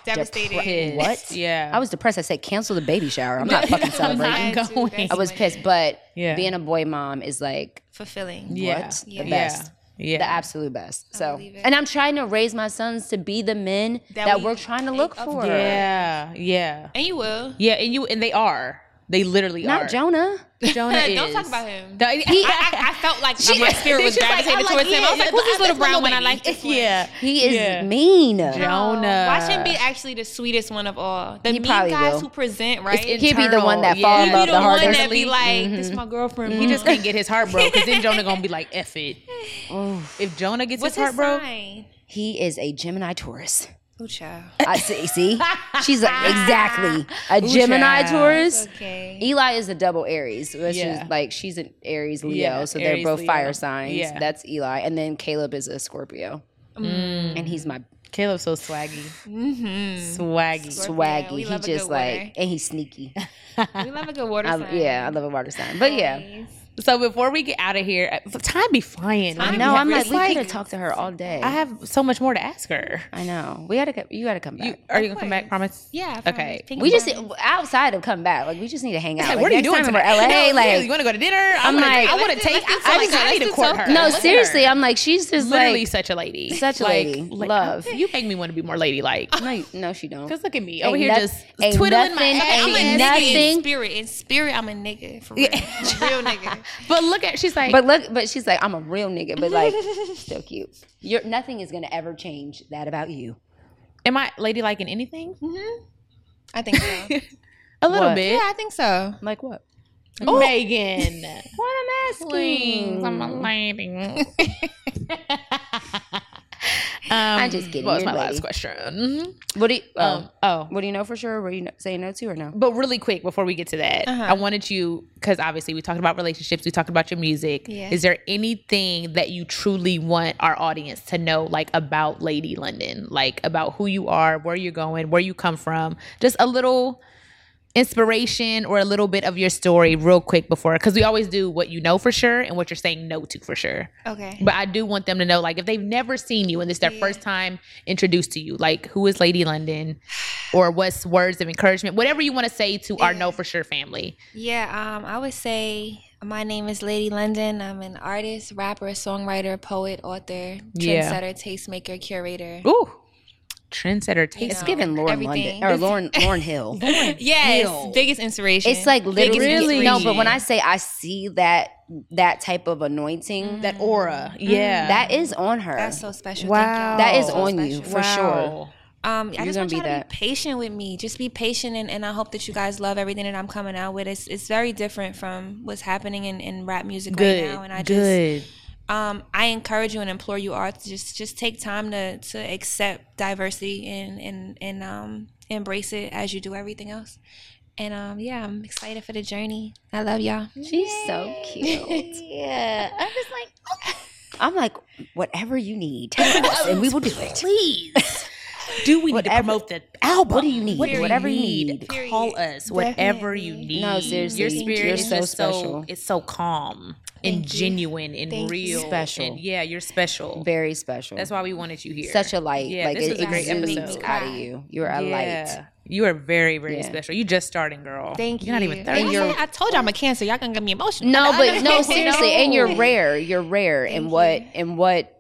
S3: Devastated.
S1: Kids.
S2: What?
S1: Yeah.
S2: I was depressed. I said cancel the baby shower. I'm not fucking celebrating.
S1: I'm
S3: That's-
S1: going.
S2: I was pissed, but
S1: Yeah.
S2: being a boy mom is like
S3: Fulfilling.
S1: yeah.
S2: what
S1: Yeah.
S2: the best,
S1: Yeah.
S2: the absolute best. So,
S3: believe it.
S2: and I'm trying to raise my sons to be the men
S3: That
S2: that,
S3: we-
S2: we, are trying to look
S3: of-
S2: for.
S1: yeah. Yeah.
S3: And you will.
S1: Yeah. And you and they are. They literally
S2: Not
S1: are.
S2: Jonah.
S1: Jonah is.
S3: Don't talk about him.
S1: The-
S3: I, I, I felt like my spirit was
S1: she's like,
S3: gravitated
S1: I'm like,
S3: towards him. I
S1: yeah,
S3: was like,
S1: yeah,
S3: who's this
S1: that's
S3: little
S1: my
S3: brown
S1: little
S3: one? I
S1: baby.
S3: like this one.
S1: Yeah.
S2: He is
S1: Yeah.
S2: mean.
S1: Jonah.
S3: Watch him be actually the sweetest one of all. The
S2: Oh, He
S3: mean
S2: probably
S3: guys
S2: will.
S3: who present, right?
S1: It's
S2: He'd be the one that
S1: internal.
S2: fall in
S1: Yeah.
S2: love
S3: the
S2: the Mm-hmm.
S3: one
S2: hardest.
S3: that be like, this is my girlfriend.
S1: He just can't get his heart broke because then Jonah gonna be like, "F it." If Jonah gets
S3: What's
S1: his heart
S3: his
S1: broke,
S3: sign?
S2: He is a Gemini Taurus.
S3: Ooh, child.
S2: I see. see? She's like, exactly a Gemini
S1: child.
S2: Taurus.
S3: Okay.
S2: Eli is a double Aries, which
S1: Yeah.
S2: is like she's an Aries Leo,
S1: Yeah,
S2: so they're
S1: Aries,
S2: both
S1: Leo.
S2: fire signs.
S1: Yeah.
S2: That's Eli, and then Caleb is a Scorpio, and he's my
S1: Caleb's so swaggy,
S3: Mm-hmm.
S1: swaggy.
S3: Scorpio,
S2: swaggy.
S3: we
S2: He
S3: love a
S2: just
S3: good
S2: like,
S3: winner.
S2: and he's sneaky.
S3: We love a good water
S2: I,
S3: sign.
S2: yeah, I love a water sign, but yeah,
S3: Always.
S1: So before we get out of here, uh, time be flying.
S2: I
S1: Like,
S2: know. I'm like,
S1: it's
S2: we could have talked to her all day.
S1: I have so much more to ask her.
S2: I know. We gotta. co- You gotta come
S1: You,
S2: back.
S1: are you gonna come back? Promise.
S3: Yeah.
S1: Okay.
S2: we just outside of come back. Like we just need to hang out.
S1: Like,
S2: Like,
S1: what are you
S2: next
S1: doing
S2: time
S1: tonight?
S2: we're LA.
S1: No,
S2: like
S1: yeah, you want to go to dinner? I'm
S2: like,
S1: I want to
S2: let's-
S1: take. I, I,
S3: like,
S1: I
S3: I
S1: need to
S3: still
S1: court
S3: talk-
S1: her.
S2: no,
S1: Look at
S2: seriously.
S1: her.
S2: I'm like she's just
S1: literally
S2: like
S1: such a lady.
S2: such a
S1: Like,
S2: lady.
S1: like,
S2: Love.
S1: You make me want to be more ladylike.
S2: No, you- no, she don't.
S1: Cause look at me
S2: Ain't
S1: over here
S2: noth-
S1: just
S2: ain't
S1: twiddling my
S2: nothing-
S1: ass.
S3: I'm a
S2: ain't
S3: nigga in
S2: nothing.
S3: spirit. In spirit, I'm a nigga. For real. real nigga.
S1: But look at she's like.
S2: But look, but she's like, I'm a real nigga, but like, still cute. You're, nothing is gonna ever change that about you.
S1: am I ladylike in anything?
S2: Mm-hmm.
S3: I think so. yeah,
S1: A little
S2: What?
S1: bit. Oh.
S3: I think so.
S2: Like what?
S1: Megan.
S2: What I'm asking.
S1: I'm a lady. um,
S2: I'm just kidding,
S1: Um, What was my
S2: you're a lady.
S1: last question?
S2: What do you? oh.
S1: Um, oh,
S2: what do you know for sure? Were you kn- saying no to or no?
S1: but really quick before we get to that, I wanted you because obviously we talked about relationships, we talked about your music.
S3: Yeah.
S1: Is there anything that you truly want our audience to know, like about Lady London, like about who you are, where you're going, where you come from, just a little inspiration or a little bit of your story, real quick before, because we always do what you know for sure and what you're saying no to for sure.
S3: Okay.
S1: But I do want them to know, like, if they've never seen you and it's their first time introduced to you, like, who is Lady London, or what's words of encouragement, whatever you want to say to our No for Sure family.
S3: Yeah, um, I would say my name is Lady London. I'm an artist, rapper, songwriter, poet, author,
S1: Yeah.
S3: trendsetter, tastemaker, curator.
S1: Oooo, trendsetter taste.
S2: It's given Lauren
S3: everything.
S2: London or Lauren Lauren Hill.
S3: Yes,
S1: Ew.
S3: biggest inspiration.
S2: It's like literally
S1: Really?
S2: no, but when I say I see that that type of anointing,
S1: That aura,
S2: Mm-hmm.
S1: yeah,
S2: that is on her.
S3: that's so special.
S1: Wow.
S3: Thank
S2: that is
S3: y'all.
S2: on you for sure.
S3: Um, I
S2: You're
S3: just
S2: gonna
S3: want
S2: be
S3: y'all to
S2: that.
S3: be patient with me. Just be patient, and, and I hope that you guys love everything that I'm coming out with. It's it's very different from what's happening in, in rap music
S1: Good,
S3: right now, and I just
S1: good.
S3: um, I encourage you and implore you all to just just take time to to accept diversity and and and um, embrace it as you do everything else. And um, yeah, I'm excited for the journey. I love y'all.
S2: She's so cute. yeah, I'm just like. I'm like, whatever you need, tell us and we will do it.
S1: Please, do we
S2: Whatever-
S1: need to promote the album?
S2: What do you need? Whatever you need.
S1: Call us, whatever you need.
S2: No, seriously,
S1: your spirit
S2: you're
S1: is
S2: so
S1: just
S2: special.
S1: so it's so calm and genuine and real,
S2: Special.
S1: And yeah, you're special.
S2: Very special.
S1: That's why we wanted you here.
S2: such a light.
S1: Yeah,
S2: like
S1: this
S2: it
S1: was a great
S2: exudes
S1: episode.
S2: out of you. You're a light.
S1: Yeah. You are very, very
S2: Yeah.
S1: special. You just starting, girl.
S3: Thank
S1: you're
S3: you.
S1: not even 30.
S2: And
S3: I
S2: you're-
S3: said- I told you I'm a cancer. Y'all gonna get me emotional.
S2: No,
S3: I
S2: but
S3: know.
S2: no, seriously, and you're rare. You're rare in what in what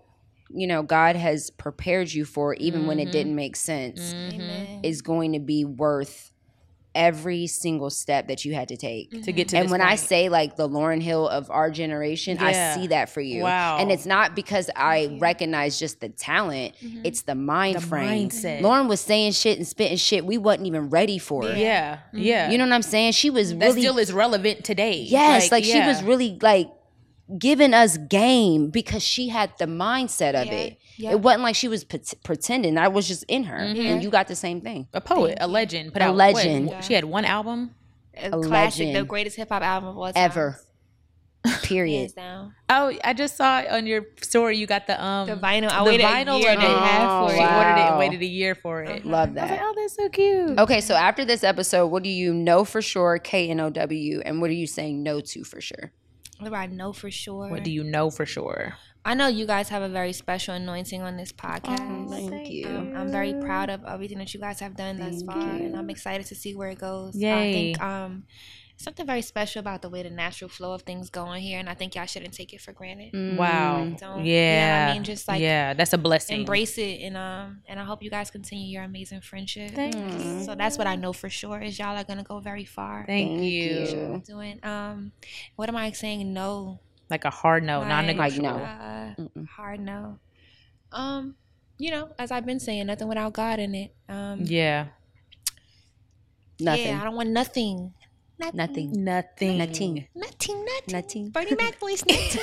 S2: you know God has prepared you for, even when
S1: Mm-hmm.
S2: it didn't make sense,
S3: Mm-hmm. Amen.
S2: Mm-hmm. is going to be worth every single step that you had to take.
S1: to get to
S2: And
S1: this
S2: when I
S1: point.
S2: say like the Lauren Hill of our generation,
S1: Yeah.
S2: I see that for you.
S1: Wow.
S2: And it's not because I recognize just the talent; it's the mind
S1: Mm-hmm. The
S2: frame.
S1: mindset.
S2: Lauren was saying shit and spitting shit we wasn't even ready for.
S1: yeah, yeah,
S2: You know what I'm saying? She was
S1: that
S2: really
S1: still is relevant today.
S2: Yes, like, she
S1: yeah.
S2: was really like giving us game because she had the mindset of it.
S3: yeah.
S2: It wasn't like she was pret pretending. That was just in her,
S1: Mm-hmm.
S2: and you got the same thing.
S1: a poet, a legend, put
S2: A
S1: out what?
S2: legend.
S1: She had one album.
S3: A
S2: a
S3: classic, the
S2: legend.
S3: greatest hip hop album of all time.
S2: Ever. Period.
S3: Hands down.
S1: Oh, I just saw on your story you got the um
S3: The vinyl. I
S1: the
S3: waited
S1: vinyl
S3: a year and a
S1: ordered.
S3: half for
S2: Oh,
S1: She
S3: it.
S2: wow.
S1: ordered it and waited a year for it.
S2: Love
S1: I was like,
S2: that.
S1: oh, that's so cute.
S2: Okay, so after this episode, what do you know for sure, K N O W, and what are you saying no to for sure?
S3: What do I know for sure?
S1: What do you know for sure?
S3: I know you guys have a very special anointing on this
S2: Oh
S3: podcast.
S2: Thank you.
S3: Um, I'm very proud of everything that you guys have done thus far, and I'm excited to see where it goes. I
S1: Yay.
S3: think um, something very special about the way the natural flow of things go in here, and I think y'all shouldn't take it for granted.
S2: Mm,
S1: Mm. Wow.
S3: Mm, Don't-
S1: yeah.
S3: yeah, I mean, just, like,
S1: yeah, that's a blessing.
S3: Embrace it, and um, and I hope you guys continue your amazing friendship. So that's what I know for sure is y'all are gonna go very far.
S1: Thank,
S2: Mm. Thank
S1: you.
S2: you.
S3: Doing um, what am I saying? No,
S1: Like a hard no,
S3: Like-
S2: Like
S1: non-negotiable.
S2: no,
S3: uh,
S2: Mm-mm.
S3: hard no. Um, you know, as I've been saying, nothing without God in it. Um,
S1: Yeah.
S2: nothing,
S3: Yeah, I don't want nothing. Nothing.
S1: Nothing.
S2: nothing, nothing,
S3: Nothing. Nothing.
S2: nothing.
S3: Bernie Mac voice. nothing.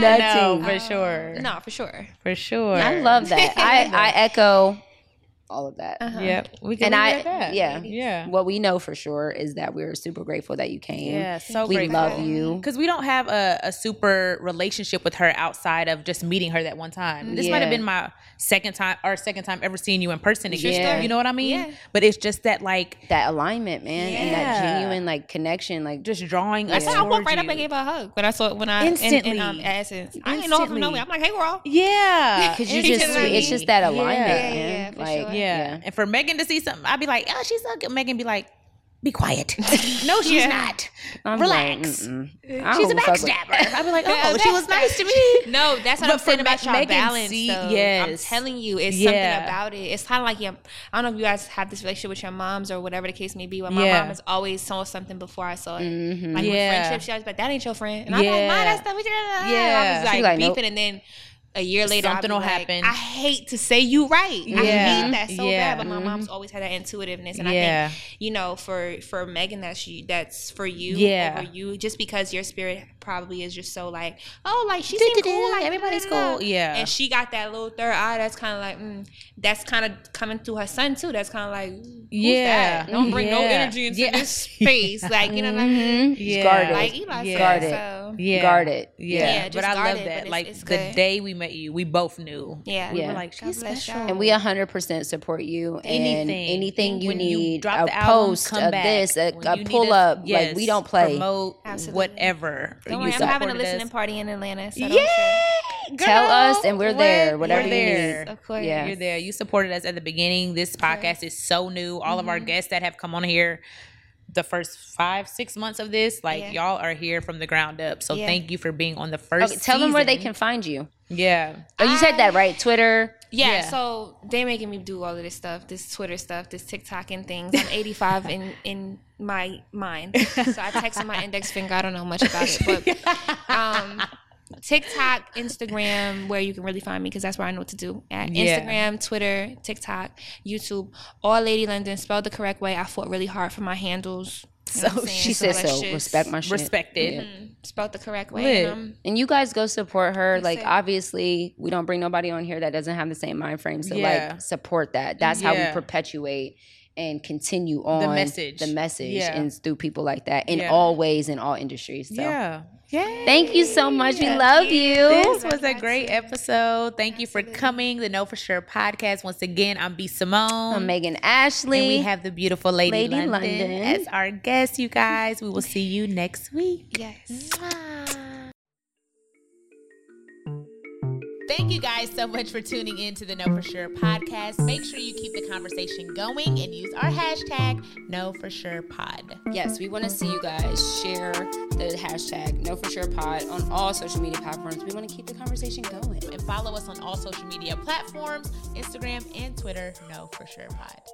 S2: Nothing.
S1: No,
S3: Um,
S1: for sure.
S3: No, for sure.
S1: For sure.
S2: I love that. I, I echo all of that.
S3: Uh-huh.
S1: Yeah, we can
S2: and
S1: leave it
S2: I,
S1: at that.
S2: yeah,
S1: yeah,
S2: what we know for sure is that we're super grateful that you came.
S1: yeah. So
S2: we
S1: grateful.
S2: love you.
S1: because we don't have a, a super relationship with her outside of just meeting her that one time. This might have
S2: Yeah.
S1: been my second time or second time ever seeing you in person again.
S2: Yeah.
S1: You know what I mean?
S3: Yeah.
S1: But it's just that like
S2: That alignment, man, and that
S1: Yeah.
S2: genuine like connection, like
S1: just drawing
S3: I
S1: us.
S3: said I
S1: towards
S3: walked right up
S1: you.
S3: and gave her a hug when I saw when I in, in,
S1: Instantly.
S3: um, Essence. I didn't know her from
S1: Instantly. Oh,
S3: nowhere. I'm like, hey, girl.
S1: Yeah,
S2: because you
S1: And
S3: Because
S2: just,
S3: I
S2: it's
S3: mean-
S2: just that alignment,
S1: Yeah.
S3: Yeah, yeah,
S2: man.
S3: for
S2: like,
S1: Yeah.
S3: sure.
S1: and for Megan to see something, I'd be like, "Oh, she's so good." Megan be like, "Be quiet." no, she's
S3: Yeah.
S1: not.
S2: I'm
S1: Relax.
S2: Like,
S1: She's a backstabber. I'd be like, "Oh, she was nice to me."
S3: No, that's what
S1: But
S3: I'm saying
S1: for
S3: about
S1: Ma-
S3: y'all
S1: Megan
S3: balance.
S1: C,
S3: though. I'm
S1: yes.
S3: telling you, it's
S1: Yeah.
S3: something about it. It's kind of like your. I don't know if you guys have this relationship with your moms or whatever the case may be. Where my
S1: Yeah.
S3: mom has always saw something before I saw it.
S2: Mm-hmm.
S3: Like
S1: Yeah.
S3: with friendship, she always be like, "That ain't your friend," and I'm like,
S1: Yeah.
S3: "Mom, that's not."
S1: Yeah.
S3: Yeah, I was
S2: She
S3: like,
S2: like, nope.
S3: beefing, and then a year later, I'll
S1: Something
S3: be
S1: will
S3: like,
S1: happen.
S3: I hate to say you right. I
S1: Yeah.
S3: hate that so
S1: Yeah. Mm-hmm.
S3: bad, but my mom's always had that intuitiveness, and I think
S1: yeah,
S3: you know, for for Megan, that's you. That's for you.
S1: Yeah.
S3: Over you, just because your spirit probably is just so like, oh, like she's cool, like everybody's cool.
S1: yeah.
S3: And she got that little third eye. That's kind of like, mm, that's kind of coming through her son too. That's kind of like, who's
S1: Yeah.
S3: that? Don't bring no
S1: Yeah.
S3: energy into
S1: Yeah.
S3: this space. Like, you know what I mean?
S2: Mm-hmm.
S1: Yeah.
S2: Guarded.
S3: Like
S1: Yeah.
S3: Eli said.
S2: Guarded.
S3: So
S1: yeah.
S2: Guard it.
S1: Yeah,
S3: Yeah,
S1: but
S3: just
S1: I
S3: guard
S1: love
S3: it, but
S1: that.
S3: it's-
S1: Like
S3: it's
S1: the
S3: good.
S1: day we met you, we both knew.
S3: yeah,
S1: We
S2: Yeah.
S1: were like,
S3: God
S1: she's
S3: bless
S1: special.
S3: y'all.
S2: And we 100% support you. And
S1: Anything.
S2: anything you
S1: When you
S2: need,
S1: drop
S2: a
S1: the album,
S2: post,
S1: come
S2: a
S1: back.
S2: this, a,
S1: When
S2: a
S1: you need
S2: pull
S1: us-
S2: up. like,
S1: yes,
S2: we don't play.
S1: Promote
S3: Absolutely.
S1: whatever.
S3: Don't
S1: You
S3: worry, I'm having a
S1: supported
S3: listening
S1: us.
S3: party in Atlanta. So don't
S1: Yeah. Girl,
S2: Tell us and we're there,
S1: we're-
S2: whatever
S1: we're
S2: you need.
S1: there.
S3: stress. Of course.
S2: Yeah.
S1: You're there. You supported us at the beginning. This podcast is so new. All of our
S2: Mm-hmm.
S1: guests that have come on here the first five, six months of this, like
S3: Yeah.
S1: y'all are here from the ground up. So
S3: Yeah.
S1: thank you for being on the first.
S2: Okay, tell them where they
S1: season.
S2: can find you.
S1: Yeah.
S2: Oh, you said that right. Twitter.
S3: Yeah,
S1: Yeah.
S3: so they making me do all of this stuff, this Twitter stuff, this TikTok and things. I'm 85 in in my mind, so I text on my index finger. I don't know much about it, but um, TikTok, Instagram, where you can really find me because that's where I know what to do. At
S1: Yeah.
S3: Instagram, Twitter, TikTok, YouTube, all Lady London spelled the correct way. I fought really hard for my handles. You know what I'm saying?
S2: She said
S3: that's
S2: so.
S3: just
S2: Respect my shit.
S1: Respected.
S3: Mm, spelled the correct way.
S1: Lit.
S3: and I'm-
S2: And you guys go support her.
S3: That's
S2: like,
S3: it.
S2: obviously, we don't bring nobody on here that doesn't have the same mind frame. So,
S1: Yeah.
S2: like, support that. That's how
S1: Yeah.
S2: we perpetuate and continue on
S1: message.
S2: the message,
S1: Yeah.
S2: and through people like that in
S1: Yeah.
S2: all ways in all industries. So,
S1: Yeah. Yeah.
S2: thank you so much. We love you.
S1: This was a great episode. Thank you for coming. The No For Sure podcast. Once again, I'm B Simone.
S2: I'm Megan
S1: and
S2: Ashley.
S1: we have the beautiful Lady,
S2: Lady
S1: London,
S2: London.
S1: as our guest, you guys. We will see you next week.
S3: Yes.
S4: Thank you guys so much for tuning in to the Know For Sure podcast. Make sure you keep the conversation going and use our hashtag Know For Sure Pod.
S2: Yes, we want to see you guys share the hashtag No For Sure Pod on all social media platforms. We want to keep the conversation going.
S4: And follow us on all social media platforms Instagram and Twitter, Know For Sure Pod.